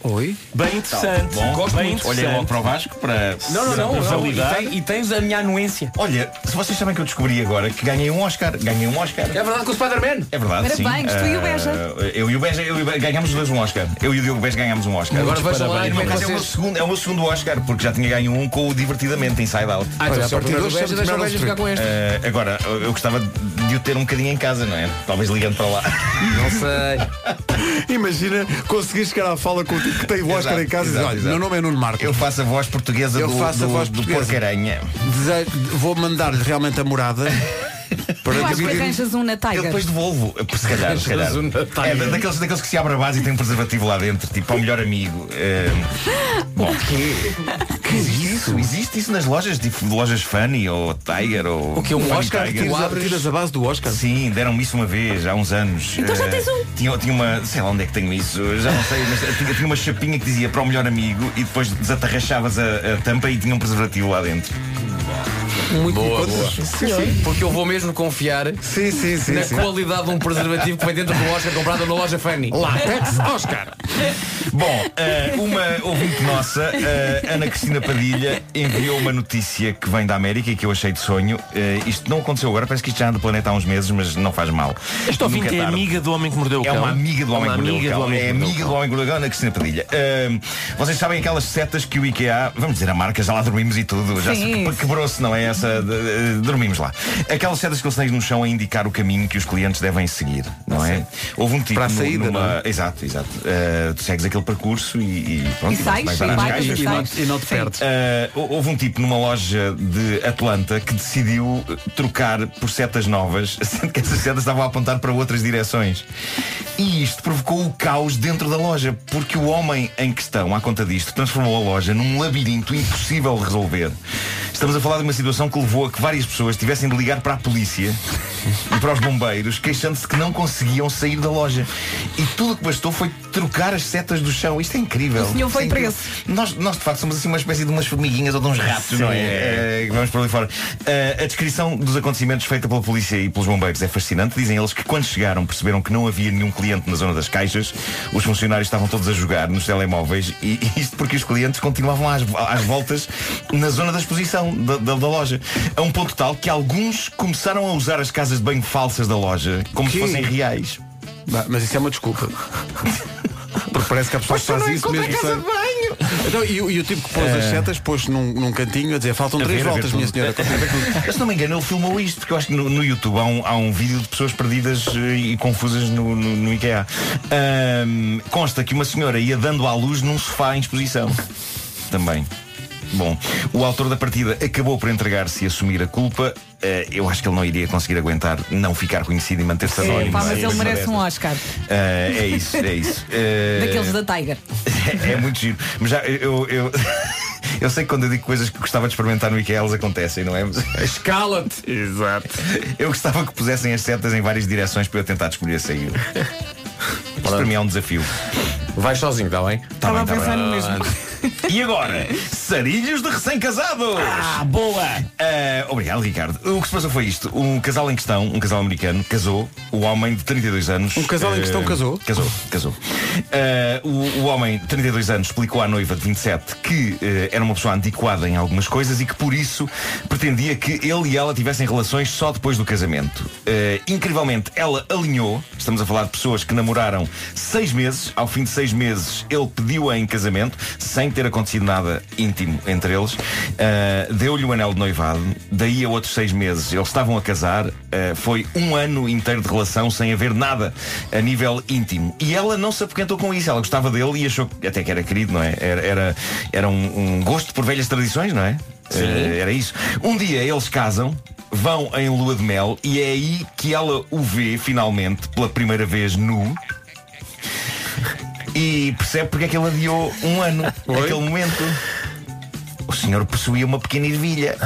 Speaker 1: Oi?
Speaker 7: Bem interessante.
Speaker 8: Bom,
Speaker 7: Gosto
Speaker 8: bem
Speaker 7: muito.
Speaker 8: Olhei logo para o Vasco para.
Speaker 5: Não, não, não. não. E,
Speaker 7: Validar.
Speaker 5: tem- e tens a minha anuência.
Speaker 8: Olha, se vocês sabem que eu descobri agora que ganhei um Oscar. Ganhei um Oscar.
Speaker 5: É verdade que o Spider-Man.
Speaker 8: É verdade, sim.
Speaker 2: Parabéns, tu e o Beja.
Speaker 8: Ah, eu e o Beja, eu e o Beja ganhámos os dois um Oscar. Eu e o Diogo Beja ganhámos um Oscar.
Speaker 5: Agora
Speaker 8: Muitos
Speaker 5: vejam lá
Speaker 8: parabéns.
Speaker 5: como é que
Speaker 8: Mas é, o meu
Speaker 5: vocês-
Speaker 8: segundo, é o meu segundo Oscar, porque já tinha ganho um com o Divertidamente, Inside Out.
Speaker 5: Ah, então
Speaker 1: Olha,
Speaker 5: se é
Speaker 1: a um partir de
Speaker 5: o primeiro
Speaker 1: hoje
Speaker 5: beijo,
Speaker 1: somos
Speaker 5: deixa o
Speaker 1: melhor
Speaker 5: beijo ficar com este.
Speaker 8: Ah, agora, eu eu gostava de o ter um bocadinho em casa, não é? Talvez ligando para lá.
Speaker 5: Não sei.
Speaker 1: Imagina conseguir chegar à fala com o tipo que tem o Oscar
Speaker 8: Exato,
Speaker 1: em casa e dizer,
Speaker 8: exato,
Speaker 1: olha,
Speaker 8: exato.
Speaker 1: meu nome é Nuno Marco.
Speaker 8: Eu faço a voz portuguesa
Speaker 1: Eu
Speaker 8: do,
Speaker 1: faço a
Speaker 8: do,
Speaker 1: voz
Speaker 8: do
Speaker 1: portuguesa.
Speaker 8: porcaranha.
Speaker 1: Dese- Vou mandar-lhe realmente a morada. para
Speaker 2: Eu acho que
Speaker 1: dividir-
Speaker 2: arranjas um na
Speaker 8: Eu
Speaker 2: Tiger.
Speaker 8: depois devolvo, eh, se calhar, se calhar.
Speaker 5: Jesus, Natália.
Speaker 8: É da- daqueles, daqueles que se abre a base e tem um preservativo lá dentro, tipo ao melhor amigo. Eh, bom, que existe isso? Existe isso nas lojas, tipo lojas Funny ou Tiger ou.
Speaker 5: O quê, um
Speaker 8: Funny
Speaker 5: Oscar?
Speaker 8: Tiger?
Speaker 1: Tiras a, tiras a base do Oscar.
Speaker 8: Sim, deram-me isso uma vez, há uns anos.
Speaker 2: Então já
Speaker 8: Eh,
Speaker 2: tens um.
Speaker 8: Tinha, tinha uma, sei lá onde é que tenho isso, já não sei, mas tinha, tinha uma chapinha que dizia para o melhor amigo e depois desatarrachavas a, a tampa e tinha um preservativo lá dentro.
Speaker 5: Muito boa,
Speaker 1: boa.
Speaker 5: Porque eu vou mesmo confiar
Speaker 1: sim,
Speaker 5: na
Speaker 1: sim.
Speaker 5: qualidade de um preservativo que vem dentro do Oscar comprado na loja Fanny.
Speaker 1: Látex Oscar.
Speaker 8: Bom, eh, uma ouvinte nossa, eh, Ana Cristina Padilha, enviou uma notícia que vem da América e que eu achei de sonho. Eh, isto não aconteceu agora, parece que isto já anda do planeta há uns meses, mas não faz mal.
Speaker 7: Esta
Speaker 8: Nunca
Speaker 7: ouvinte é
Speaker 8: tarde.
Speaker 7: amiga do homem que mordeu o
Speaker 8: É
Speaker 7: cão.
Speaker 8: uma amiga do homem
Speaker 7: É
Speaker 8: que
Speaker 7: uma
Speaker 8: mordeu o
Speaker 7: amiga do
Speaker 8: cão.
Speaker 7: homem
Speaker 8: É
Speaker 7: que mordeu o
Speaker 8: amiga do homem que mordeu o cão, Ana Cristina Padilha. Ahm, vocês sabem aquelas setas que o IKEA, vamos dizer a marca, já lá dormimos e tudo, já
Speaker 2: Sim.
Speaker 8: se quebrou-se, não é essa? de- de- dormimos lá. Aquelas setas que eles têm no chão a indicar o caminho que os clientes devem seguir, não é? Houve um tipo
Speaker 1: Para a
Speaker 8: no-
Speaker 1: saída,
Speaker 8: numa-
Speaker 1: não é?
Speaker 8: Exato, exato. Ah, tu segues aquele percurso e, e pronto.
Speaker 2: E sais,
Speaker 8: vais
Speaker 2: e
Speaker 8: parar às
Speaker 2: vai,
Speaker 8: caixas,
Speaker 2: e
Speaker 8: claro.
Speaker 2: sai.
Speaker 1: E não te perdes.
Speaker 8: Ah, hou- houve um tipo numa loja de Atlanta que decidiu eh, trocar por setas novas, <laughs> sendo que essas setas estavam a apontar para outras direções. E isto provocou o caos dentro da loja, porque o homem em questão, à conta disto, transformou a loja num labirinto impossível de resolver. Estamos a falar de uma situação que levou a que várias pessoas tivessem de ligar para a polícia e para os bombeiros, queixando-se que não conseguiam sair da loja. E tudo o que bastou foi trocar as setas do chão. Isto é incrível.
Speaker 2: O senhor foi
Speaker 8: Isto é incrível.
Speaker 2: preso.
Speaker 8: Nós, nós de facto somos assim uma espécie de umas formiguinhas ou de uns ratos, não é? É, que Vamos por ali fora. Ah, a descrição dos acontecimentos feita pela polícia e pelos bombeiros é fascinante. Dizem eles que quando chegaram perceberam que não havia nenhum cliente na zona das caixas, os funcionários estavam todos a jogar nos telemóveis e <laughs> isto porque os clientes continuavam às, às voltas na zona da exposição da, da- da loja. A um ponto tal que alguns começaram a usar as casas de banho falsas da loja como se
Speaker 1: Que?
Speaker 8: fossem reais.
Speaker 1: Bah, Mas isso é uma desculpa.
Speaker 8: <laughs>
Speaker 1: Porque parece que há pessoas que fazem isso mesmo. sem-
Speaker 8: banho! É.
Speaker 1: Então, e, o- e o tipo que pôs as setas pôs num, num cantinho a dizer faltam
Speaker 8: A
Speaker 1: três
Speaker 8: ver, a ver
Speaker 1: voltas, minha
Speaker 8: tudo.
Speaker 1: senhora.
Speaker 8: Mas se não me engano, ele filmou isto, porque eu acho que no, no YouTube há um, há um vídeo de pessoas perdidas eh, e confusas no, no- no IKEA. Ahm, consta que uma senhora ia dando à luz num sofá em exposição. Também. Bom, o autor da partida acabou por entregar-se e assumir a culpa. Eh, eu acho que ele não iria conseguir aguentar não ficar conhecido e manter-se anónimo.
Speaker 2: Pá, mas
Speaker 8: não é?
Speaker 2: ele
Speaker 8: Uma
Speaker 2: merece um
Speaker 8: dessas.
Speaker 2: Oscar.
Speaker 8: Eh, é isso,
Speaker 2: <laughs>
Speaker 8: é isso. Eh,
Speaker 2: Daqueles da Tiger.
Speaker 8: <laughs> é muito giro. Mas já eu. eu... <laughs> Eu sei que quando eu digo coisas que gostava de experimentar no IKEA, elas acontecem, não é? Mas-
Speaker 5: Escala-te!
Speaker 8: Exato. <laughs> Eu gostava que pusessem as setas em várias direções para eu tentar escolher sair. Isto para mim é um desafio.
Speaker 5: Vai sozinho, está bem?
Speaker 8: Tá bem, tá bem. E agora, sarilhos de recém-casados! Ah, boa! Eh, obrigado, Ricardo. O que se passou foi isto. Um casal em questão, um casal americano, casou. O homem de 32 anos.
Speaker 1: Um casal em
Speaker 8: eh,
Speaker 1: questão casou?
Speaker 8: Casou, casou. Eh, o, o homem de 32 anos explicou à noiva de 27 que eh, era uma pessoa antiquada em algumas coisas e que por isso pretendia que ele e ela tivessem relações só depois do casamento. Eh, incrivelmente, ela alinhou, estamos a falar de pessoas que namoraram seis meses, ao fim de seis meses ele pediu-a em casamento, sem ter acontecido nada íntimo entre eles, Eh, deu-lhe o anel de noivado, daí a outros seis meses eles estavam a casar, eh, foi um ano inteiro de relação sem haver nada a nível íntimo. E ela não se apoquentou com isso, ela gostava dele e achou que até que era querido, não é? Era, era, era um, um gosto por velhas tradições, não é? Eh, era isso. Um dia eles casam, vão em lua de mel e é aí que ela o vê finalmente pela primeira vez nu. E percebe porque é que ele adiou um ano naquele momento. O senhor possuía uma pequena ervilha.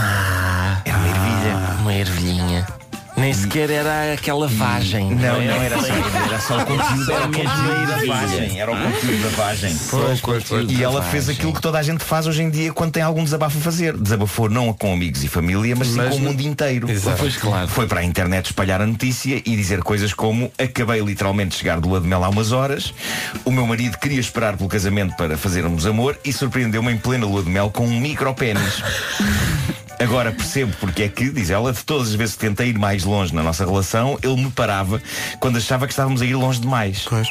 Speaker 8: Era uma ervilha.
Speaker 7: É Uma ervilhinha. Nem sequer era aquela vagem.
Speaker 8: Não,
Speaker 7: é?
Speaker 8: não era só era só o conteúdo, era o conteúdo da vagem. Era o conteúdo da vagem. E ela fez aquilo que toda a gente faz hoje em dia quando tem algum desabafo a fazer. Desabafou não com amigos e família, mas sim
Speaker 5: Mas
Speaker 8: com o
Speaker 5: no-
Speaker 8: mundo inteiro.
Speaker 5: Exato.
Speaker 7: Pois claro.
Speaker 8: Foi para a internet espalhar a notícia e dizer coisas como acabei literalmente de chegar do lado de mel há umas horas, o meu marido queria esperar pelo casamento para fazermos amor e surpreendeu-me em plena lua de mel com um micro pênis. Agora percebo porque é que, diz ela, de todas as vezes que tentei ir mais longe na nossa relação, ele me parava quando achava que estávamos a ir longe demais.
Speaker 1: Pois.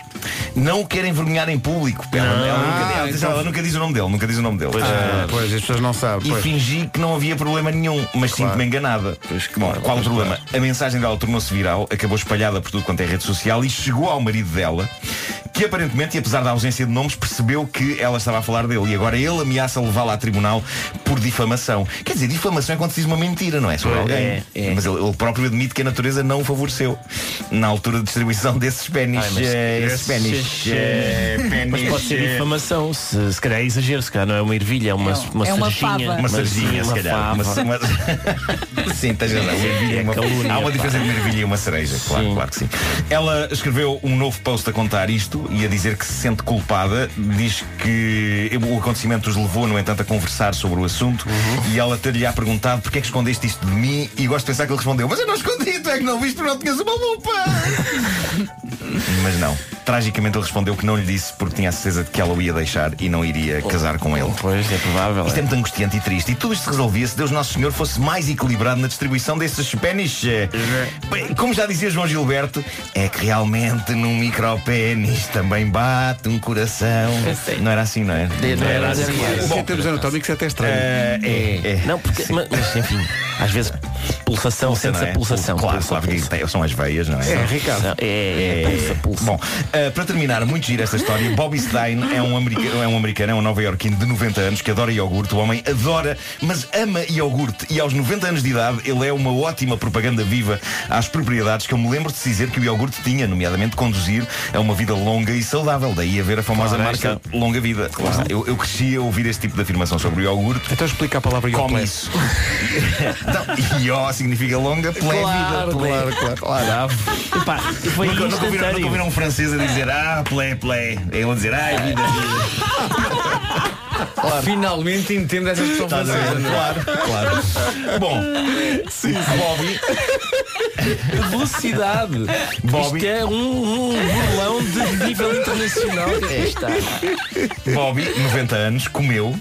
Speaker 8: Não o quero envergonhar em público. Ela, ela nunca, ela diz- ela nunca diz o nome dele, nunca diz o nome dele. Ah,
Speaker 1: Ah, pois, as pessoas não sabem.
Speaker 8: e
Speaker 1: pois.
Speaker 8: fingi que não havia problema nenhum, mas sinto-me enganada. Bom, qual o problema? A mensagem dela tornou-se viral, acabou espalhada por tudo quanto é rede social e chegou ao marido dela, que aparentemente, e apesar da ausência de nomes, percebeu que ela estava a falar dele e agora ele ameaça levá-la a tribunal por difamação. Quer dizer, difamação é quando se diz uma mentira, não é? Sobre alguém. Mas ele, ele próprio admite que a natureza não o favoreceu na altura de distribuição desses pênis.
Speaker 7: Ai, mas
Speaker 8: eh, esses pênis. eh,
Speaker 7: Mas
Speaker 8: pênis,
Speaker 7: pode ser
Speaker 8: eh,
Speaker 7: difamação, se, se calhar é exagero, se calhar não é uma ervilha, é uma,
Speaker 2: Não,
Speaker 7: uma
Speaker 2: é uma
Speaker 7: sarjinha.
Speaker 2: fava.
Speaker 8: Uma cerejinha, se
Speaker 7: assim, uma
Speaker 8: calhar.
Speaker 7: <laughs>
Speaker 8: Uma,
Speaker 7: fava.
Speaker 8: uma- Sim, tens razão. Uma ervilha e
Speaker 7: É
Speaker 8: uma-
Speaker 7: calúnia,
Speaker 8: Há uma
Speaker 7: pá.
Speaker 8: diferença entre uma ervilha e uma cereja, claro, claro que sim. Ela escreveu um novo post a contar isto, e a dizer que se sente culpada, diz que o acontecimento os levou, no entanto, a conversar sobre o assunto
Speaker 7: Uhum.
Speaker 8: e ela ter-lhe-á perguntado porque é que escondeste isto de mim e gosto de pensar que ele respondeu, mas eu não escondi, tu é que não viste porque não tinhas
Speaker 7: <laughs>
Speaker 8: uma lupa. Mas não. Tragicamente ele respondeu que não lhe disse porque tinha a certeza de que ela o ia deixar e não
Speaker 7: Oh.
Speaker 8: iria casar com ele.
Speaker 7: Pois, é provável.
Speaker 8: Isto é muito angustiante e triste. E tudo isto se resolvia se Deus Nosso Senhor fosse mais equilibrado na distribuição desses pênis. Bem, Como já dizia João Gilberto, é que realmente num micropénis também bate um coração. Não era assim, não é?
Speaker 7: não era assim.
Speaker 1: Bom, em termos anatómicos é até estranho.
Speaker 8: é, é.
Speaker 7: Não, porque, ma- mas enfim, às vezes pulsação,
Speaker 8: Pulsa,
Speaker 7: sente-se
Speaker 8: não
Speaker 7: a
Speaker 8: é?
Speaker 7: pulsação.
Speaker 8: Claro,
Speaker 7: Pulsa,
Speaker 8: claro, porque
Speaker 7: pulsa.
Speaker 8: tem- são as veias, não é?
Speaker 1: É, Ricardo.
Speaker 7: Não, É, é, pulsa, pulsa.
Speaker 8: Bom, uh, para terminar, muito gira esta história. Bobby Stein é um, america- é um americano, é um nova-iorquino de 90 anos que adora iogurte. O homem adora, mas ama iogurte. E aos 90 anos de idade, ele é uma ótima propaganda viva às propriedades que eu me lembro de se dizer que o iogurte tinha, nomeadamente conduzir a uma vida longa e saudável. Daí haver a famosa
Speaker 7: Claro,
Speaker 8: marca Longa Vida. Claro. Eu, eu cresci a ouvir esse tipo de afirmação sobre o iogurte.
Speaker 1: Então explica a palavra
Speaker 8: Come
Speaker 1: Yoplait.
Speaker 8: isso. <laughs> Não, Ió significa longa, plé É vida. plé.
Speaker 1: claro, claro.
Speaker 7: Epá, foi
Speaker 8: Nunca, nunca, ouviram, nunca
Speaker 7: instantâneo.
Speaker 8: ouviram um francês a dizer Ah, play, play Ele a dizer, ai, vida, vida
Speaker 5: Finalmente entendo essa expressão
Speaker 8: Estás a ver?
Speaker 5: francesa.
Speaker 8: Claro, claro Bom, Bobby
Speaker 5: Velocidade.
Speaker 8: Bobby.
Speaker 5: Isto é um, um burlão de nível <laughs> internacional. É, está.
Speaker 8: Bobby, 90 anos, comeu.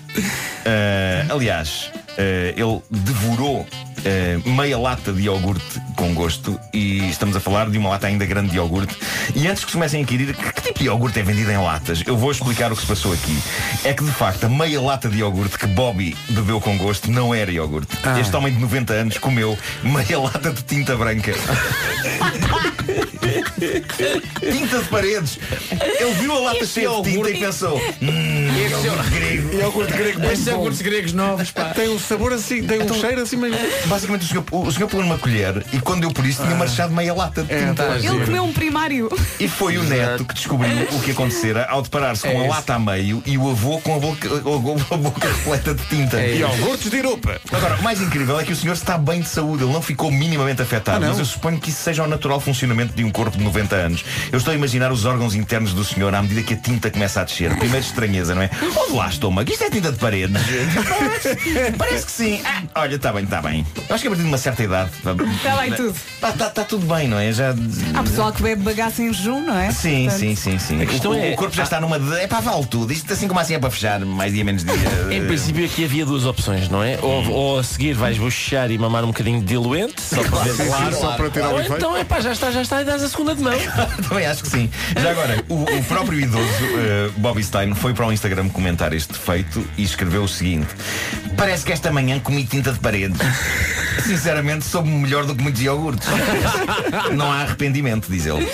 Speaker 8: Ah, aliás, ah, ele devorou ah, meia lata de iogurte com gosto e estamos a falar de uma lata ainda grande de iogurte. E antes que se comecem a inquirir que, que tipo de iogurte é vendido em latas, eu vou explicar o que se passou aqui. É que de facto a meia lata de iogurte que Bobby bebeu com gosto não era iogurte. Este homem de 90 anos comeu meia lata de tinta branca. tinta de paredes. Ele viu a lata cheia de tinta e pensou. Hum, iogurte grego.
Speaker 1: Iogurte grego bem
Speaker 5: Estes
Speaker 1: bom.
Speaker 5: iogurtes gregos novos, pá. Então,
Speaker 1: Tem um sabor assim, tem um cheiro assim mesmo.
Speaker 8: Basicamente o senhor, o senhor pegou numa colher e quando eu por isso tinha marchado meia lata de
Speaker 1: É,
Speaker 8: tinta.
Speaker 1: tá
Speaker 2: Ele comeu um primário.
Speaker 8: E foi o neto que descobriu o que acontecera ao deparar-se com a lata a meio e o avô com a boca, <laughs> a boca repleta de tinta.
Speaker 1: Iogurtes de Irupa.
Speaker 8: Agora, o mais incrível é que o senhor está bem de saúde, ele não ficou minimamente afetado,
Speaker 1: Ah, não?
Speaker 8: mas eu suponho que isso seja o natural funcionamento de um corpo de 90 anos. Eu estou a imaginar os órgãos internos do senhor à medida que a tinta começa a descer. Primeiro estranheza, não é? Onde lá, estômago? Isto é tinta de parede. Parece- Parece que sim. Ah, olha, está bem, está bem. Eu Acho que a partir de uma certa idade. Está
Speaker 2: bem tudo.
Speaker 8: Está tudo bem, não é? Já.
Speaker 2: Há pessoal que bebe bagaço em jejum, não é?
Speaker 8: Sim,
Speaker 2: Portanto,
Speaker 8: sim, sim, sim.
Speaker 7: A questão
Speaker 8: o,
Speaker 7: é-
Speaker 8: o corpo já está numa. de- É pá, vale tudo. Isto assim como assim é para fechar, mais dia, menos dia.
Speaker 7: Em princípio aqui havia duas opções, não é? Ou,
Speaker 8: Hum.
Speaker 7: ou a seguir vais bochechar e mamar um bocadinho de diluente, só para ver
Speaker 1: Claro, só para tirar o
Speaker 7: Ou
Speaker 1: efeito.
Speaker 7: então, é pá, já está, já está e dás a segunda de mão.
Speaker 8: <laughs> Também acho que sim. Já agora, o, o próprio idoso eh, Bobby Stein foi para o Instagram comentar este defeito e escreveu o seguinte: Parece que esta manhã comi tinta de parede. <laughs> Sinceramente, soube-me melhor do que muitos iogurtes. <laughs> Não há arrependimento, diz ele.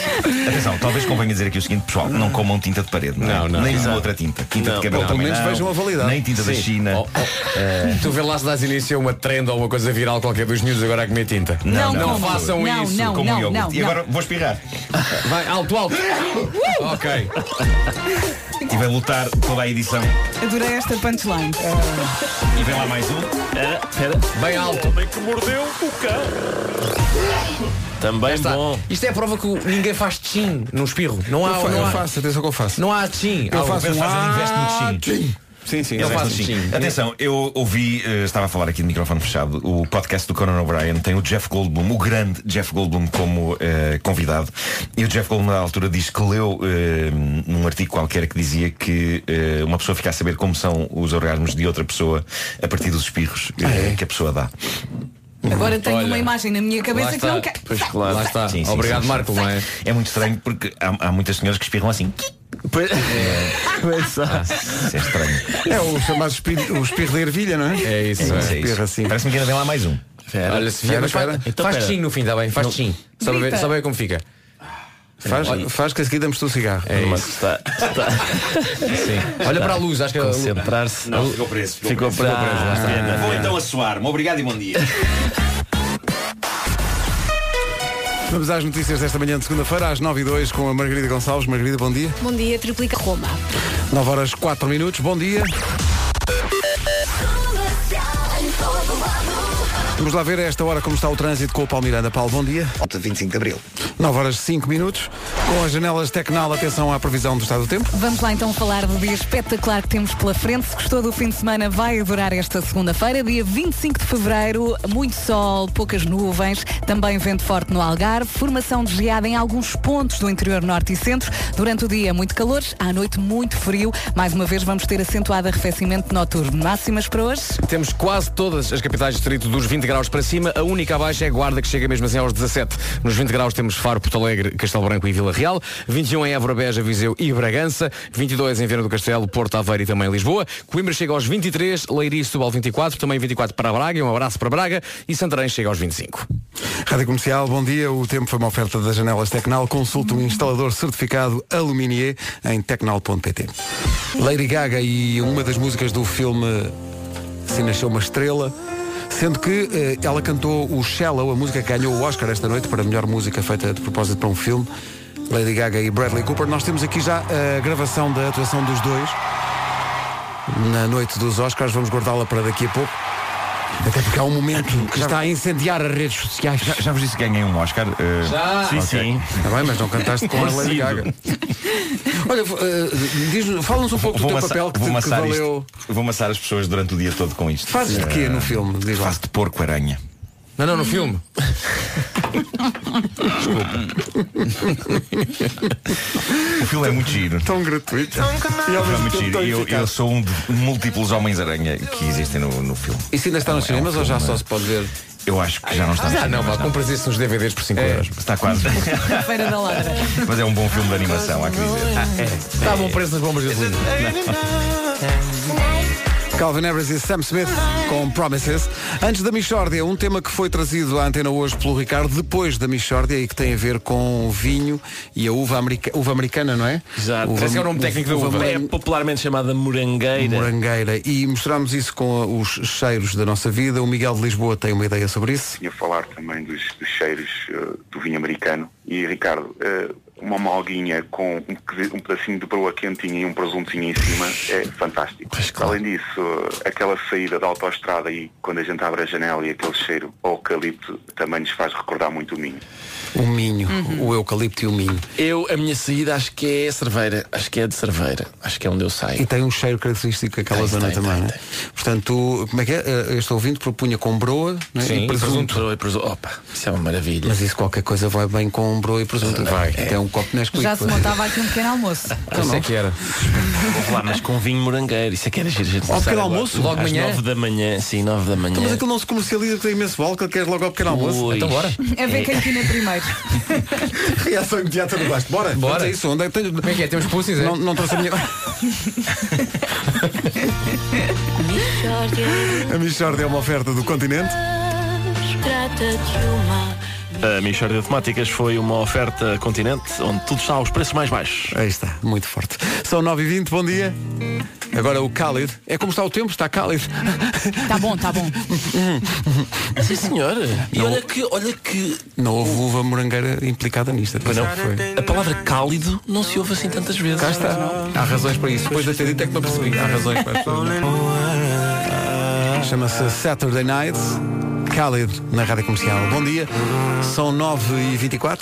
Speaker 8: Atenção, talvez convenha dizer aqui o seguinte, pessoal: não comam tinta de parede, não, é?
Speaker 5: Não, não,
Speaker 8: nem
Speaker 5: exato.
Speaker 8: uma outra tinta. Tinta
Speaker 7: Não,
Speaker 8: de cabelo.
Speaker 1: ou pelo
Speaker 8: também
Speaker 1: menos
Speaker 8: Ah, não.
Speaker 1: vejam a validade.
Speaker 8: Nem tinta da China. Eh,
Speaker 5: Oh, oh. Tu vê lá se dás início a uma trend ou uma coisa viral qualquer dos miúdos agora a comer tinta.
Speaker 2: Não,
Speaker 8: não,
Speaker 2: não,
Speaker 8: não
Speaker 5: façam
Speaker 2: não,
Speaker 5: isso,
Speaker 2: Não,
Speaker 8: Como um
Speaker 2: não,
Speaker 8: iogurte.
Speaker 2: não,
Speaker 8: e
Speaker 2: não.
Speaker 8: agora vou espirrar.
Speaker 5: Vai, alto, alto.
Speaker 1: Uh!
Speaker 5: ok.
Speaker 8: E vai lutar toda a edição.
Speaker 2: Adorei esta punchline.
Speaker 8: E vem lá mais um.
Speaker 7: Ah,
Speaker 5: Bem alto.
Speaker 7: Também
Speaker 5: Está.
Speaker 7: bom.
Speaker 5: Isto é a prova que o- ninguém faz tchin no espirro. Não há,
Speaker 1: Eu fa-
Speaker 5: não
Speaker 1: eu
Speaker 5: há,
Speaker 1: faço, atenção que eu faço.
Speaker 5: não há tchin.
Speaker 1: Eu
Speaker 5: Há-
Speaker 1: faço
Speaker 8: Pedro
Speaker 1: um
Speaker 8: Fácil investe no
Speaker 1: ah,
Speaker 8: chin.
Speaker 1: Sim, sim.
Speaker 5: Eu
Speaker 1: sim.
Speaker 5: faço
Speaker 8: Sim.
Speaker 5: sim.
Speaker 8: Atenção, eu ouvi, eh, estava a falar aqui de microfone fechado, o podcast do Conan O'Brien tem o Jeff Goldblum, o grande Jeff Goldblum como eh, convidado. E o Jeff Goldblum na altura diz que leu eh, num artigo qualquer que dizia que eh, uma pessoa fica a saber como são os orgasmos de outra pessoa a partir dos espirros eh, que a pessoa dá.
Speaker 2: Agora tenho
Speaker 5: Uhum. Olha,
Speaker 2: uma imagem na minha
Speaker 5: lá
Speaker 2: cabeça que
Speaker 5: está.
Speaker 2: não quero.
Speaker 7: Pois claro.
Speaker 5: Lá está.
Speaker 8: Sim, sim,
Speaker 5: Obrigado,
Speaker 8: sim,
Speaker 5: Marco. não é?
Speaker 8: É muito estranho porque há, há muitas senhoras que espirram assim. <laughs>
Speaker 7: Pois- Pois é.
Speaker 8: Isso é estranho.
Speaker 1: É o chamado espirro, o espirro da ervilha, não é?
Speaker 5: É isso,
Speaker 8: Não
Speaker 5: é.
Speaker 8: sei isso.
Speaker 1: espirra assim.
Speaker 8: Parece-me que ainda vem lá mais um.
Speaker 5: Olha, se
Speaker 1: Espera,
Speaker 5: vier, mas faz,
Speaker 1: espera.
Speaker 7: Então,
Speaker 5: faz
Speaker 7: espera.
Speaker 5: tchin no fim, está bem? Faz tchin. Só para ver-
Speaker 2: Grita.
Speaker 5: só para ver como fica.
Speaker 1: Faz, faz que a seguir damos-te um cigarro.
Speaker 7: Mas está,
Speaker 1: <laughs>
Speaker 7: está
Speaker 5: Olha para a luz, acho que é a luz-
Speaker 7: concentrar-se.
Speaker 8: ficou preso.
Speaker 7: Ficou preso.
Speaker 8: Ah, Vou então a suar-me. Obrigado e bom dia.
Speaker 1: Vamos às notícias desta manhã de segunda-feira, às 9 e 2 com a Margarida Gonçalves. Margarida, bom dia.
Speaker 11: Bom dia, triplica Roma.
Speaker 1: 9 horas 4 minutos, bom dia. Vamos lá ver a esta hora como está o trânsito com o Paulo Miranda. Paulo, bom dia.
Speaker 3: 25 de Abril.
Speaker 1: 9 horas 5 minutos. Com as janelas Tecnal, atenção à previsão do estado do tempo.
Speaker 2: Vamos lá então falar do dia espetacular que temos pela frente. Se gostou do fim de semana, vai adorar esta segunda-feira, dia 25 de fevereiro. Muito sol, poucas nuvens, também vento forte no Algarve, formação de geada em alguns pontos do interior norte e centro. Durante o dia, muito calor, à noite, muito frio. Mais uma vez, vamos ter acentuado arrefecimento noturno. Máximas para hoje?
Speaker 5: Temos quase todas as capitais de distrito dos 20 graus para cima. A única abaixo é Guarda, que chega mesmo assim aos 17. Nos 20 graus temos Faro, Porto Alegre, Castelo Branco e Vila Real. 21 em Évora, Beja, Viseu e Bragança. 22 em Viana do Castelo, Porto Aveiro e também Lisboa. Coimbra chega aos 23, Leiria e Setúbal 24. Também 24 para Braga. Um abraço para Braga. E Santarém chega aos 25.
Speaker 1: Rádio Comercial, bom dia. O tempo foi uma oferta das janelas Tecnal. Consulte um instalador certificado Aluminier em tecnal.pt. Lady Gaga e uma das músicas do filme Se Nasceu Uma Estrela, sendo que eh, ela cantou o Shallow, a música que ganhou o Oscar esta noite para a melhor música feita de propósito para um filme. Lady Gaga e Bradley Cooper. Nós temos aqui já a gravação da atuação dos dois na noite dos Oscars. Vamos guardá-la para daqui a pouco. Até porque há um momento que está a incendiar as redes sociais.
Speaker 8: Já, já vos disse que ganhei um Oscar? Eh,
Speaker 1: Já. Sim, sim. Está Tá bem, mas não cantaste com a Lady Gaga. Olha, eh, diz- fala-nos um pouco do teu
Speaker 8: amassar-
Speaker 1: papel que,
Speaker 8: vou
Speaker 1: te- que
Speaker 8: amassar isto.
Speaker 1: valeu.
Speaker 8: Vou amassar as pessoas durante o dia todo com isto. Eh,
Speaker 1: Fazes de quê no filme?
Speaker 8: Faço de porco-aranha.
Speaker 5: Não, não, no filme.
Speaker 8: O filme é muito giro.
Speaker 1: Tão gratuito.
Speaker 8: É muito
Speaker 1: então,
Speaker 8: giro. E Eu, eu sou um de múltiplos homens-aranha que existem no, no filme.
Speaker 1: Isso ainda está
Speaker 8: É
Speaker 1: nos cinemas ou já só se pode ver?
Speaker 8: Eu acho que já não está um nos
Speaker 5: Ah, não,
Speaker 8: cinemas,
Speaker 5: vá, compras isso nos DVDs por
Speaker 1: É,
Speaker 5: 5 euros.
Speaker 8: Está quase.
Speaker 2: Na Feira da Ladra.
Speaker 8: Mas é um bom filme de animação, há que dizer.
Speaker 5: Está Tá bom preço nas bombas de gasolina.
Speaker 1: Calvin Harris e Sam Smith com Promises. Antes da Michórdia, um tema que foi trazido à antena hoje pelo Ricardo, depois da Michórdia e que tem a ver com o vinho e a uva, america- uva americana, não é?
Speaker 7: Exato.
Speaker 1: Uva,
Speaker 7: É popularmente chamada morangueira.
Speaker 1: Morangueira. E mostramos isso com os cheiros da nossa vida. O Miguel de Lisboa tem uma ideia sobre isso.
Speaker 11: Ia falar também dos, dos cheiros eh, do vinho americano. E, Ricardo, eh, uma malguinha com um, pedi- um pedacinho de broa quentinha e um presuntinho em cima é fantástico. Além disso, eh, aquela saída da autoestrada e quando a gente abre a janela e aquele cheiro ao eucalipto também nos faz recordar muito o Minho.
Speaker 1: O Minho,
Speaker 5: Uhum.
Speaker 1: o eucalipto e o Minho.
Speaker 7: Eu, a minha saída, acho que é cerveira. Acho que é de cerveira. Acho que é onde eu saio.
Speaker 1: E tem um cheiro característico daquela
Speaker 7: Tem,
Speaker 1: zona
Speaker 7: tem,
Speaker 1: também.
Speaker 7: tem,
Speaker 1: não é? Portanto, como é que é? Eh, Este ouvinte propunha com broa não é? e presunto.
Speaker 7: e presunto. Opa, isso é uma maravilha.
Speaker 1: Mas isso qualquer coisa vai bem com broa e presunto. Vai. Até um copo Nesquik.
Speaker 2: Já se montava aqui um pequeno almoço.
Speaker 7: Isso é que
Speaker 5: era.
Speaker 7: Vou lá, mas com vinho morangueiro. Isso é que era giro. gente.
Speaker 1: Ao pequeno
Speaker 7: Agora,
Speaker 1: almoço? Logo
Speaker 7: Às
Speaker 1: amanhã?
Speaker 7: 9 da manhã. Sim, 9 da manhã.
Speaker 1: Então, mas aquilo não se comercializa que tem imenso álcool, queres logo ao pequeno almoço?
Speaker 7: Pois.
Speaker 1: <laughs>
Speaker 7: Então bora.
Speaker 2: A ver quem tinha primeiro.
Speaker 1: Reação imediata do gosto. Bora.
Speaker 5: Bora.
Speaker 1: Vamos a isso. Onde é que tenho... Como
Speaker 5: é que é? Temos pussies, é?
Speaker 1: Não, não trouxe a minha... <laughs> a Michordia é uma oferta do continente.
Speaker 12: Trata de uma.
Speaker 7: A Michórdia de Temáticas foi uma oferta continente onde tudo está aos preços mais baixos.
Speaker 1: Aí está, muito forte. São 9h20, bom dia. Agora o Khalid. É como está o tempo, está Khalid.
Speaker 2: Tá bom, tá bom.
Speaker 7: Sim, senhor. E olha que, olha que
Speaker 1: <laughs> Não houve uva morangueira implicada nisto.
Speaker 7: Pois não.
Speaker 1: Foi.
Speaker 7: A palavra cálido não se ouve assim tantas vezes.
Speaker 1: Cá está. Há razões para isso. Depois de eu ter dito é que não percebi. Há razões para isso. Chama-se Saturday Night. Khalid na Rádio Comercial. Bom dia. São 9h24.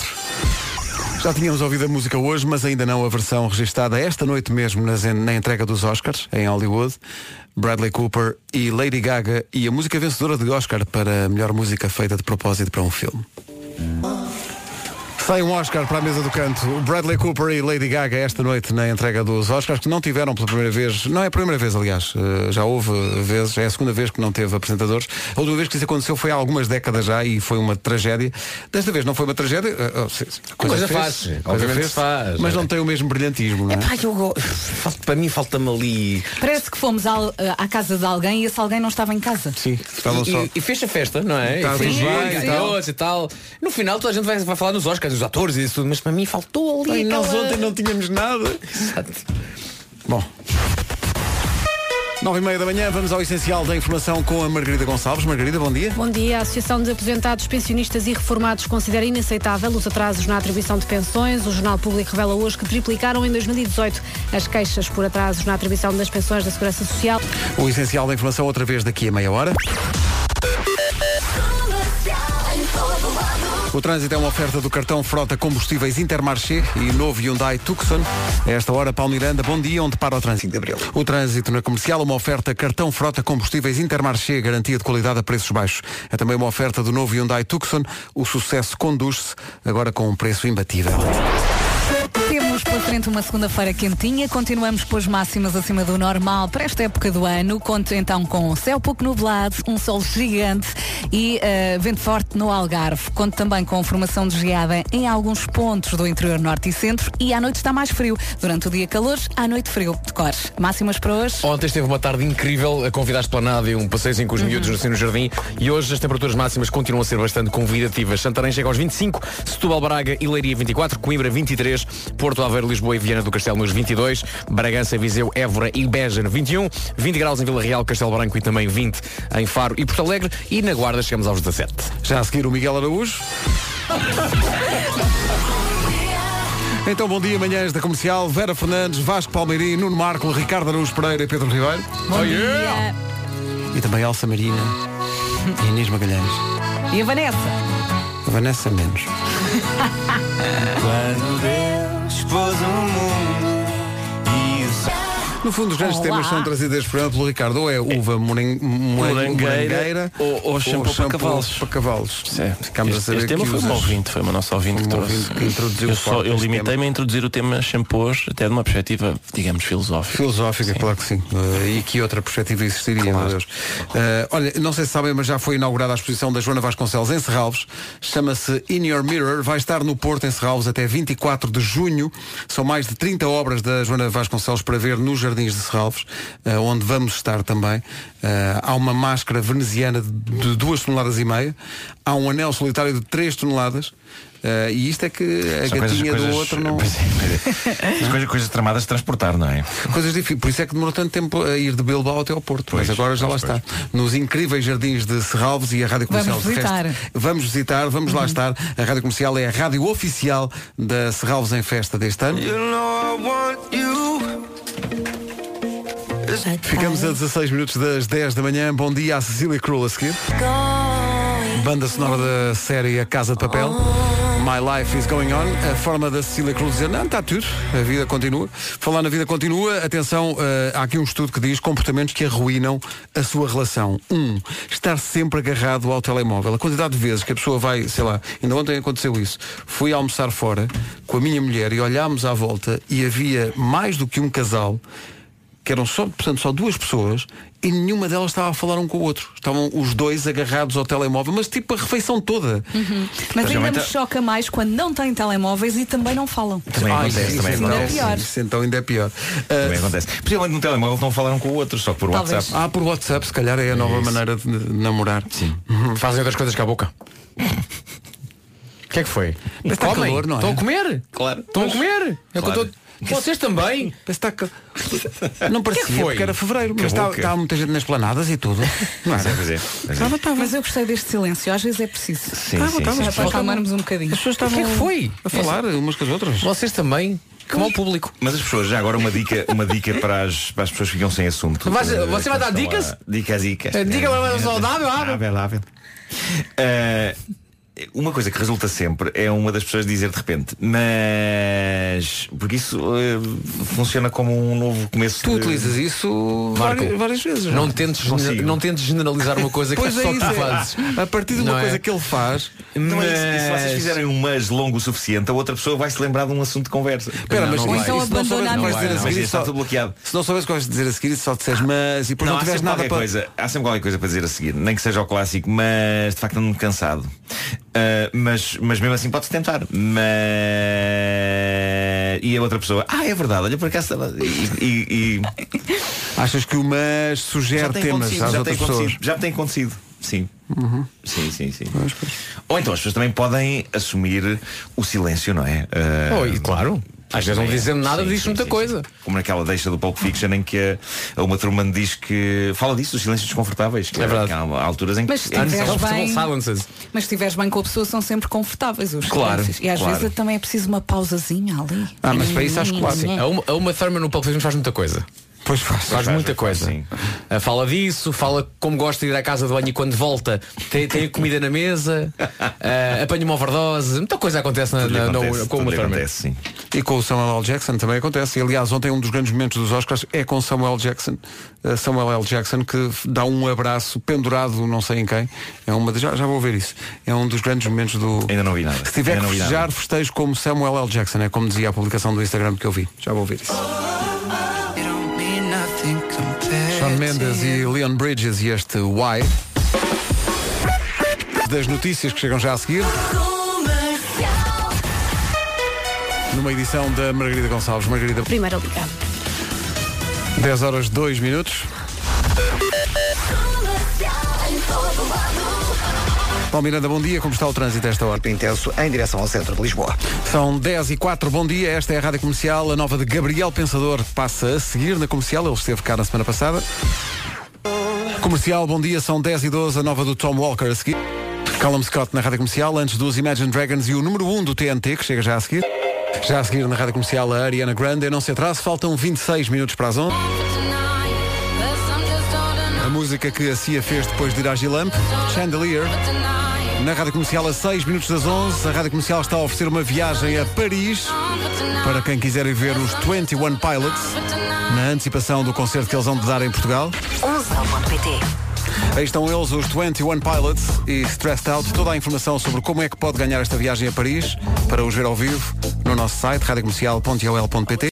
Speaker 1: Já tínhamos ouvido a música hoje, mas ainda não a versão registada É esta noite mesmo nas- na entrega dos Oscars, em Hollywood. Bradley Cooper e Lady Gaga e a música vencedora de Oscar para a melhor música feita de propósito para um filme. Sai um Oscar para a mesa do canto. Bradley Cooper e Lady Gaga esta noite na entrega dos Oscars, que não tiveram pela primeira vez, não é a primeira vez, aliás, eh, já houve vezes, é a segunda vez que não teve apresentadores. A última vez que isso aconteceu foi há algumas décadas já e foi uma tragédia. Desta vez não foi uma tragédia. eh, oh, se- se-
Speaker 5: Coisa
Speaker 1: fez-se,
Speaker 5: faz,
Speaker 1: coisa
Speaker 5: obviamente
Speaker 1: fez-se,
Speaker 5: se faz.
Speaker 1: Mas não tem o mesmo brilhantismo, não é?
Speaker 5: Pá, eu go- falta- Para mim falta-me ali.
Speaker 2: Parece que fomos ao- eh, à casa de alguém e esse alguém não estava em casa.
Speaker 1: Sim,
Speaker 5: e, e- e fez a festa, não é?
Speaker 1: Tá
Speaker 5: e fez
Speaker 1: tudo bem,
Speaker 5: e
Speaker 1: sim.
Speaker 5: ganhou-se e tal. No final toda a gente vai, vai falar nos Oscars, dos atores e isso tudo, mas para mim faltou ali.
Speaker 1: Ai, nós
Speaker 5: aquela-
Speaker 1: ontem não tínhamos nada. Bom. 9 e meia da manhã, vamos ao essencial da informação com a Margarida Gonçalves. Margarida, bom dia.
Speaker 13: Bom dia. A Associação dos Aposentados, Pensionistas e Reformados considera inaceitável os atrasos na atribuição de pensões. O Jornal Público revela hoje que triplicaram em 2018 as queixas por atrasos na atribuição das pensões da Segurança Social.
Speaker 1: O essencial da informação outra vez daqui a meia hora. O trânsito é uma oferta do cartão Frota Combustíveis Intermarché e novo Hyundai Tucson. A esta hora, Paulo Miranda, bom dia, onde para o trânsito de abril. O trânsito na comercial, uma oferta cartão Frota Combustíveis Intermarché, garantia de qualidade a preços baixos. É também uma oferta do novo Hyundai Tucson. O sucesso conduz-se agora com um preço imbatível.
Speaker 2: Temos pela frente uma segunda-feira quentinha, continuamos pelas máximas acima do normal para esta época do ano. Conto então com céu pouco nublado, um sol gigante e eh, vento forte no Algarve. Conto também com formação de geada em alguns pontos do interior norte e centro e à noite está mais frio. Durante o dia calor, à noite frio de cores. Máximas para hoje.
Speaker 5: Ontem esteve uma tarde incrível a convidar a esplanada e um passeiozinho com os
Speaker 2: Uhum.
Speaker 5: miúdos no, assim, no jardim e hoje as temperaturas máximas continuam a ser bastante convidativas. Santarém chega aos 25, Setúbal, Braga e Leiria 24, Coimbra 23, Porto Aveiro, Lisboa e Viana do Castelo nos 22, Bragança, Viseu, Évora e Beja no 21, 20 graus em Vila Real, Castelo Branco e também 20 em Faro e Porto Alegre e na Guarda chegamos aos 17.
Speaker 1: Já a seguir o Miguel Araújo. Então, bom dia, manhãs da comercial. Vera Fernandes, Vasco Palmeirim, Nuno Marco, Ricardo Araújo Pereira e Pedro Ribeiro.
Speaker 2: Bom
Speaker 1: Oh,
Speaker 2: dia.
Speaker 1: yeah! E também Elsa Marina e Inês Magalhães.
Speaker 2: E a Vanessa?
Speaker 1: Vanessa Menos.
Speaker 14: Quando Deus pôs o mundo e o
Speaker 1: No fundo, os grandes
Speaker 14: Olá.
Speaker 1: temas são trazidos por exemplo, Ricardo, ou é uva moren- moren-
Speaker 7: Morangueira,
Speaker 1: morangueira
Speaker 7: ou- ou shampoo para cavalos.
Speaker 1: para cavalos. É, Ficámos a
Speaker 7: este,
Speaker 1: saber
Speaker 7: este tema
Speaker 1: que
Speaker 7: foi uma
Speaker 1: usas-
Speaker 7: ouvinte, foi uma nossa ouvinte que
Speaker 1: uma
Speaker 7: trouxe.
Speaker 1: ouvinte que introduziu
Speaker 7: eu
Speaker 1: forte
Speaker 7: só, eu
Speaker 1: este
Speaker 7: limitei-me a introduzir o tema shampoos até de uma perspectiva, digamos, filosófica.
Speaker 1: Filosófica, claro que sim. Eh, e que outra perspectiva existiria, meu Deus. Eh, olha, não sei se sabem, mas já foi inaugurada a exposição da Joana Vasconcelos em Serralves. Chama-se In Your Mirror. Vai estar no Porto, em Serralves, até 24 de junho. São mais de 30 obras da Joana Vasconcelos para ver nos Jardins de Serralves, eh, onde vamos estar também. Eh, há uma máscara veneziana de 2 toneladas e meia. Há um anel solitário de 3 toneladas. Eh, e isto é que a
Speaker 8: São coisas-
Speaker 1: gatinha
Speaker 8: coisas-
Speaker 1: do
Speaker 8: <laughs>
Speaker 1: outro não...
Speaker 8: Pois é, pois
Speaker 1: <laughs>
Speaker 8: é. São coisas, coisas tramadas de transportar, não é?
Speaker 1: Coisas difíceis, por isso é que demorou tanto tempo a ir de Bilbao até ao Porto, mas agora já lá está. Nos incríveis jardins de Serralves e a Rádio
Speaker 2: Vamos
Speaker 1: Comercial de
Speaker 2: visitar. Uhum.
Speaker 1: resto, vamos visitar, vamos lá estar. A Rádio Comercial é a rádio oficial da Serralves em Festa deste ano. Ficamos a 16 minutos das 10 da manhã. Bom dia à Cecília Krull a seguir. Banda sonora da série A Casa de Papel. My Life is Going On. A forma da Cecília Cruz dizer, não, está tudo, a vida continua. Falar na vida continua, atenção, eh, há aqui um estudo que diz comportamentos que arruinam a sua relação. Um, estar sempre agarrado ao telemóvel. A quantidade de vezes que a pessoa vai, sei lá, ainda ontem aconteceu isso, fui almoçar fora com a minha mulher e olhámos à volta e havia mais do que um casal que eram só, portanto, só duas pessoas e nenhuma delas estava a falar um com o outro. Estavam os dois agarrados ao telemóvel, mas tipo a refeição toda.
Speaker 2: Uhum. Mas ainda
Speaker 1: Realmente- é-
Speaker 2: me choca mais quando não têm telemóveis e também não falam.
Speaker 8: Também acontece,
Speaker 1: isso
Speaker 8: também
Speaker 1: ainda
Speaker 8: acontece.
Speaker 1: é pior. Isso então ainda é pior.
Speaker 8: Também acontece. Principalmente no telemóvel não falaram com o outro, só que por
Speaker 1: Talvez.
Speaker 8: WhatsApp.
Speaker 1: Ah, por WhatsApp, se calhar é a nova
Speaker 8: isso.
Speaker 1: maneira de namorar. Uhum. Sim.
Speaker 5: Fazem outras coisas com
Speaker 1: <laughs>
Speaker 5: a boca. O que é que foi?
Speaker 1: Mas está
Speaker 5: Comem?
Speaker 1: calor, não é?
Speaker 5: Estão a comer?
Speaker 8: Claro.
Speaker 5: Estão a comer? É que eu
Speaker 1: Claro.
Speaker 5: estou- Vocês também?
Speaker 1: tá Não
Speaker 5: <laughs> Que
Speaker 1: parecia,
Speaker 5: foi?
Speaker 1: porque era fevereiro, mas
Speaker 5: Acabou é
Speaker 1: estava
Speaker 5: que-
Speaker 1: estava muita gente nas planadas e
Speaker 5: <laughs>
Speaker 1: tudo.
Speaker 8: Ah,
Speaker 1: Não era?
Speaker 5: Então
Speaker 1: Estava, estava.
Speaker 2: Mas eu gostei deste silêncio, às vezes é preciso.
Speaker 1: Sim, sim, sim,
Speaker 2: É
Speaker 1: sim.
Speaker 2: para acalmarmos um bocadinho. As pessoas
Speaker 5: O que é que foi?
Speaker 1: A falar umas com as outras.
Speaker 5: Vocês também? Que mau público.
Speaker 8: Mas as pessoas, já agora uma dica, uma dica para, as, para as pessoas que ficam sem assunto.
Speaker 5: Mas,
Speaker 8: Eh,
Speaker 5: você vai dar
Speaker 8: estão
Speaker 5: dicas?
Speaker 8: lá- Dicas, dicas.
Speaker 5: Eh, diga, mas saudável,
Speaker 8: saudável. saudável. Eh, uma coisa que resulta sempre é uma das pessoas dizer de repente, mas porque isso eh, funciona como um novo começo.
Speaker 1: Tu
Speaker 8: de-
Speaker 1: utilizas isso
Speaker 8: Marco,
Speaker 1: várias, várias vezes.
Speaker 8: não
Speaker 1: é?
Speaker 8: tentes
Speaker 1: Consigo.
Speaker 5: Não, não tentes generalizar uma coisa que
Speaker 1: Pois é
Speaker 5: só
Speaker 1: isso,
Speaker 5: tu
Speaker 1: é.
Speaker 5: fazes.
Speaker 1: A partir de uma
Speaker 5: Não é?
Speaker 1: coisa que ele faz.
Speaker 8: Não é isso. E se vocês
Speaker 5: Mas-
Speaker 8: fizerem um mas longo o suficiente, a outra pessoa vai se lembrar de um assunto de conversa.
Speaker 1: Espera, mas
Speaker 8: vai.
Speaker 1: isso, não soubesse o que vais dizer a
Speaker 8: Mas
Speaker 1: seguir,
Speaker 8: isso
Speaker 1: só-
Speaker 8: está tudo bloqueado.
Speaker 1: se não soubesse o que vais dizer a seguir, e só disseres mas e depois não,
Speaker 8: há
Speaker 1: tiveres
Speaker 8: sempre
Speaker 1: nada
Speaker 8: qualquer
Speaker 1: para.
Speaker 8: coisa, há sempre qualquer coisa para dizer a seguir, nem que seja o clássico, mas de facto ando-me cansado. Ah, mas, mas mesmo assim pode-se tentar. Mas... E a outra pessoa, ah, é verdade, olha por acaso. estava-"
Speaker 1: <laughs>
Speaker 8: E, e- e-
Speaker 1: Achas que o mas sugere
Speaker 8: já tem
Speaker 1: temas
Speaker 8: acontecido,
Speaker 1: às
Speaker 8: já tem
Speaker 1: outras pessoas? Uhum.
Speaker 8: acontecido, já tem acontecido. Sim. Sim, sim, sim. Ou então as pessoas também podem assumir o silêncio, não é? Ah,
Speaker 5: Oh, e claro. Às
Speaker 1: É.
Speaker 5: vezes não dizendo nada
Speaker 8: É. Sim,
Speaker 5: diz
Speaker 8: sim,
Speaker 5: muita
Speaker 8: sim,
Speaker 5: coisa.
Speaker 8: sim. Como naquela deixa do Pulp Fiction em que a, a uma turma diz que fala disso, dos silêncios desconfortáveis. Que é verdade. há há alturas em que. é
Speaker 2: Mas se
Speaker 8: em que-
Speaker 2: tiveres bem- Mas se estiveres bem com a pessoa são sempre confortáveis os
Speaker 8: Claro,
Speaker 2: silêncios. E às
Speaker 8: claro.
Speaker 2: vezes
Speaker 1: Ah,
Speaker 2: também é preciso uma pausazinha ali.
Speaker 5: Sim, A uma, a uma Thurman no Pulp Fiction faz muita coisa. Pois faz,
Speaker 8: Pois faz,
Speaker 5: muita
Speaker 8: pois faz,
Speaker 5: coisa.
Speaker 8: sim.
Speaker 5: Ah, Fala disso, fala como gosta de ir à casa de banho e quando volta tem, tem comida na mesa, ah, apanha uma overdose, muita coisa acontece, na,
Speaker 1: Tudo lhe
Speaker 5: na,
Speaker 1: acontece,
Speaker 5: no, com
Speaker 1: tudo
Speaker 5: o
Speaker 1: lhe
Speaker 5: Thurman.
Speaker 1: acontece. E com o Samuel L. Jackson também acontece. E, aliás, ontem um dos grandes momentos dos Oscars é com Samuel Jackson. Uh, Samuel L. Jackson que f- dá um abraço pendurado, não sei em quem. É uma de- já, já vou ver isso. É um dos grandes momentos do. Ainda
Speaker 8: não vi nada.
Speaker 1: Se tiver
Speaker 8: Ainda
Speaker 1: que
Speaker 8: não vi nada.
Speaker 1: festejar, festejo como Samuel L. Jackson. É como dizia a publicação do Instagram que eu vi. Já vou ver isso. Sean Mendes e Leon Bridges e este Why. Das notícias que chegam já a seguir. Numa edição da Margarida Gonçalves. Margarida.
Speaker 13: Primeira Liga.
Speaker 1: 10 horas 2 minutos. Paulo Miranda, bom dia. Como está o trânsito a esta hora?
Speaker 3: Intenso em direção ao centro de Lisboa.
Speaker 1: São 10 e 4, bom dia. Esta é a Rádio Comercial, a nova de Gabriel Pensador. Passa a seguir na comercial, ele esteve cá na semana passada. Comercial, bom dia, são 10 e 12, a nova do Tom Walker a seguir. Callum Scott na Rádio Comercial, antes dos Imagine Dragons e o número 1 do TNT, que chega já a seguir. Já a seguir na Rádio Comercial, a Ariana Grande, não se atrase, faltam 26 minutos para as 11. A música que a Cia fez depois de ir à Gilamp, Chandelier. Na Rádio Comercial, a 6 minutos das 11, a Rádio Comercial está a oferecer uma viagem a Paris para quem quiser ir ver os 21 Pilots na antecipação do concerto que eles vão de dar em Portugal.
Speaker 15: 11.pt
Speaker 1: Aí estão eles, os 21 Pilots e Stressed Out. Toda a informação sobre como é que pode ganhar esta viagem a Paris para os ver ao vivo no nosso site radiocomercial.ol.pt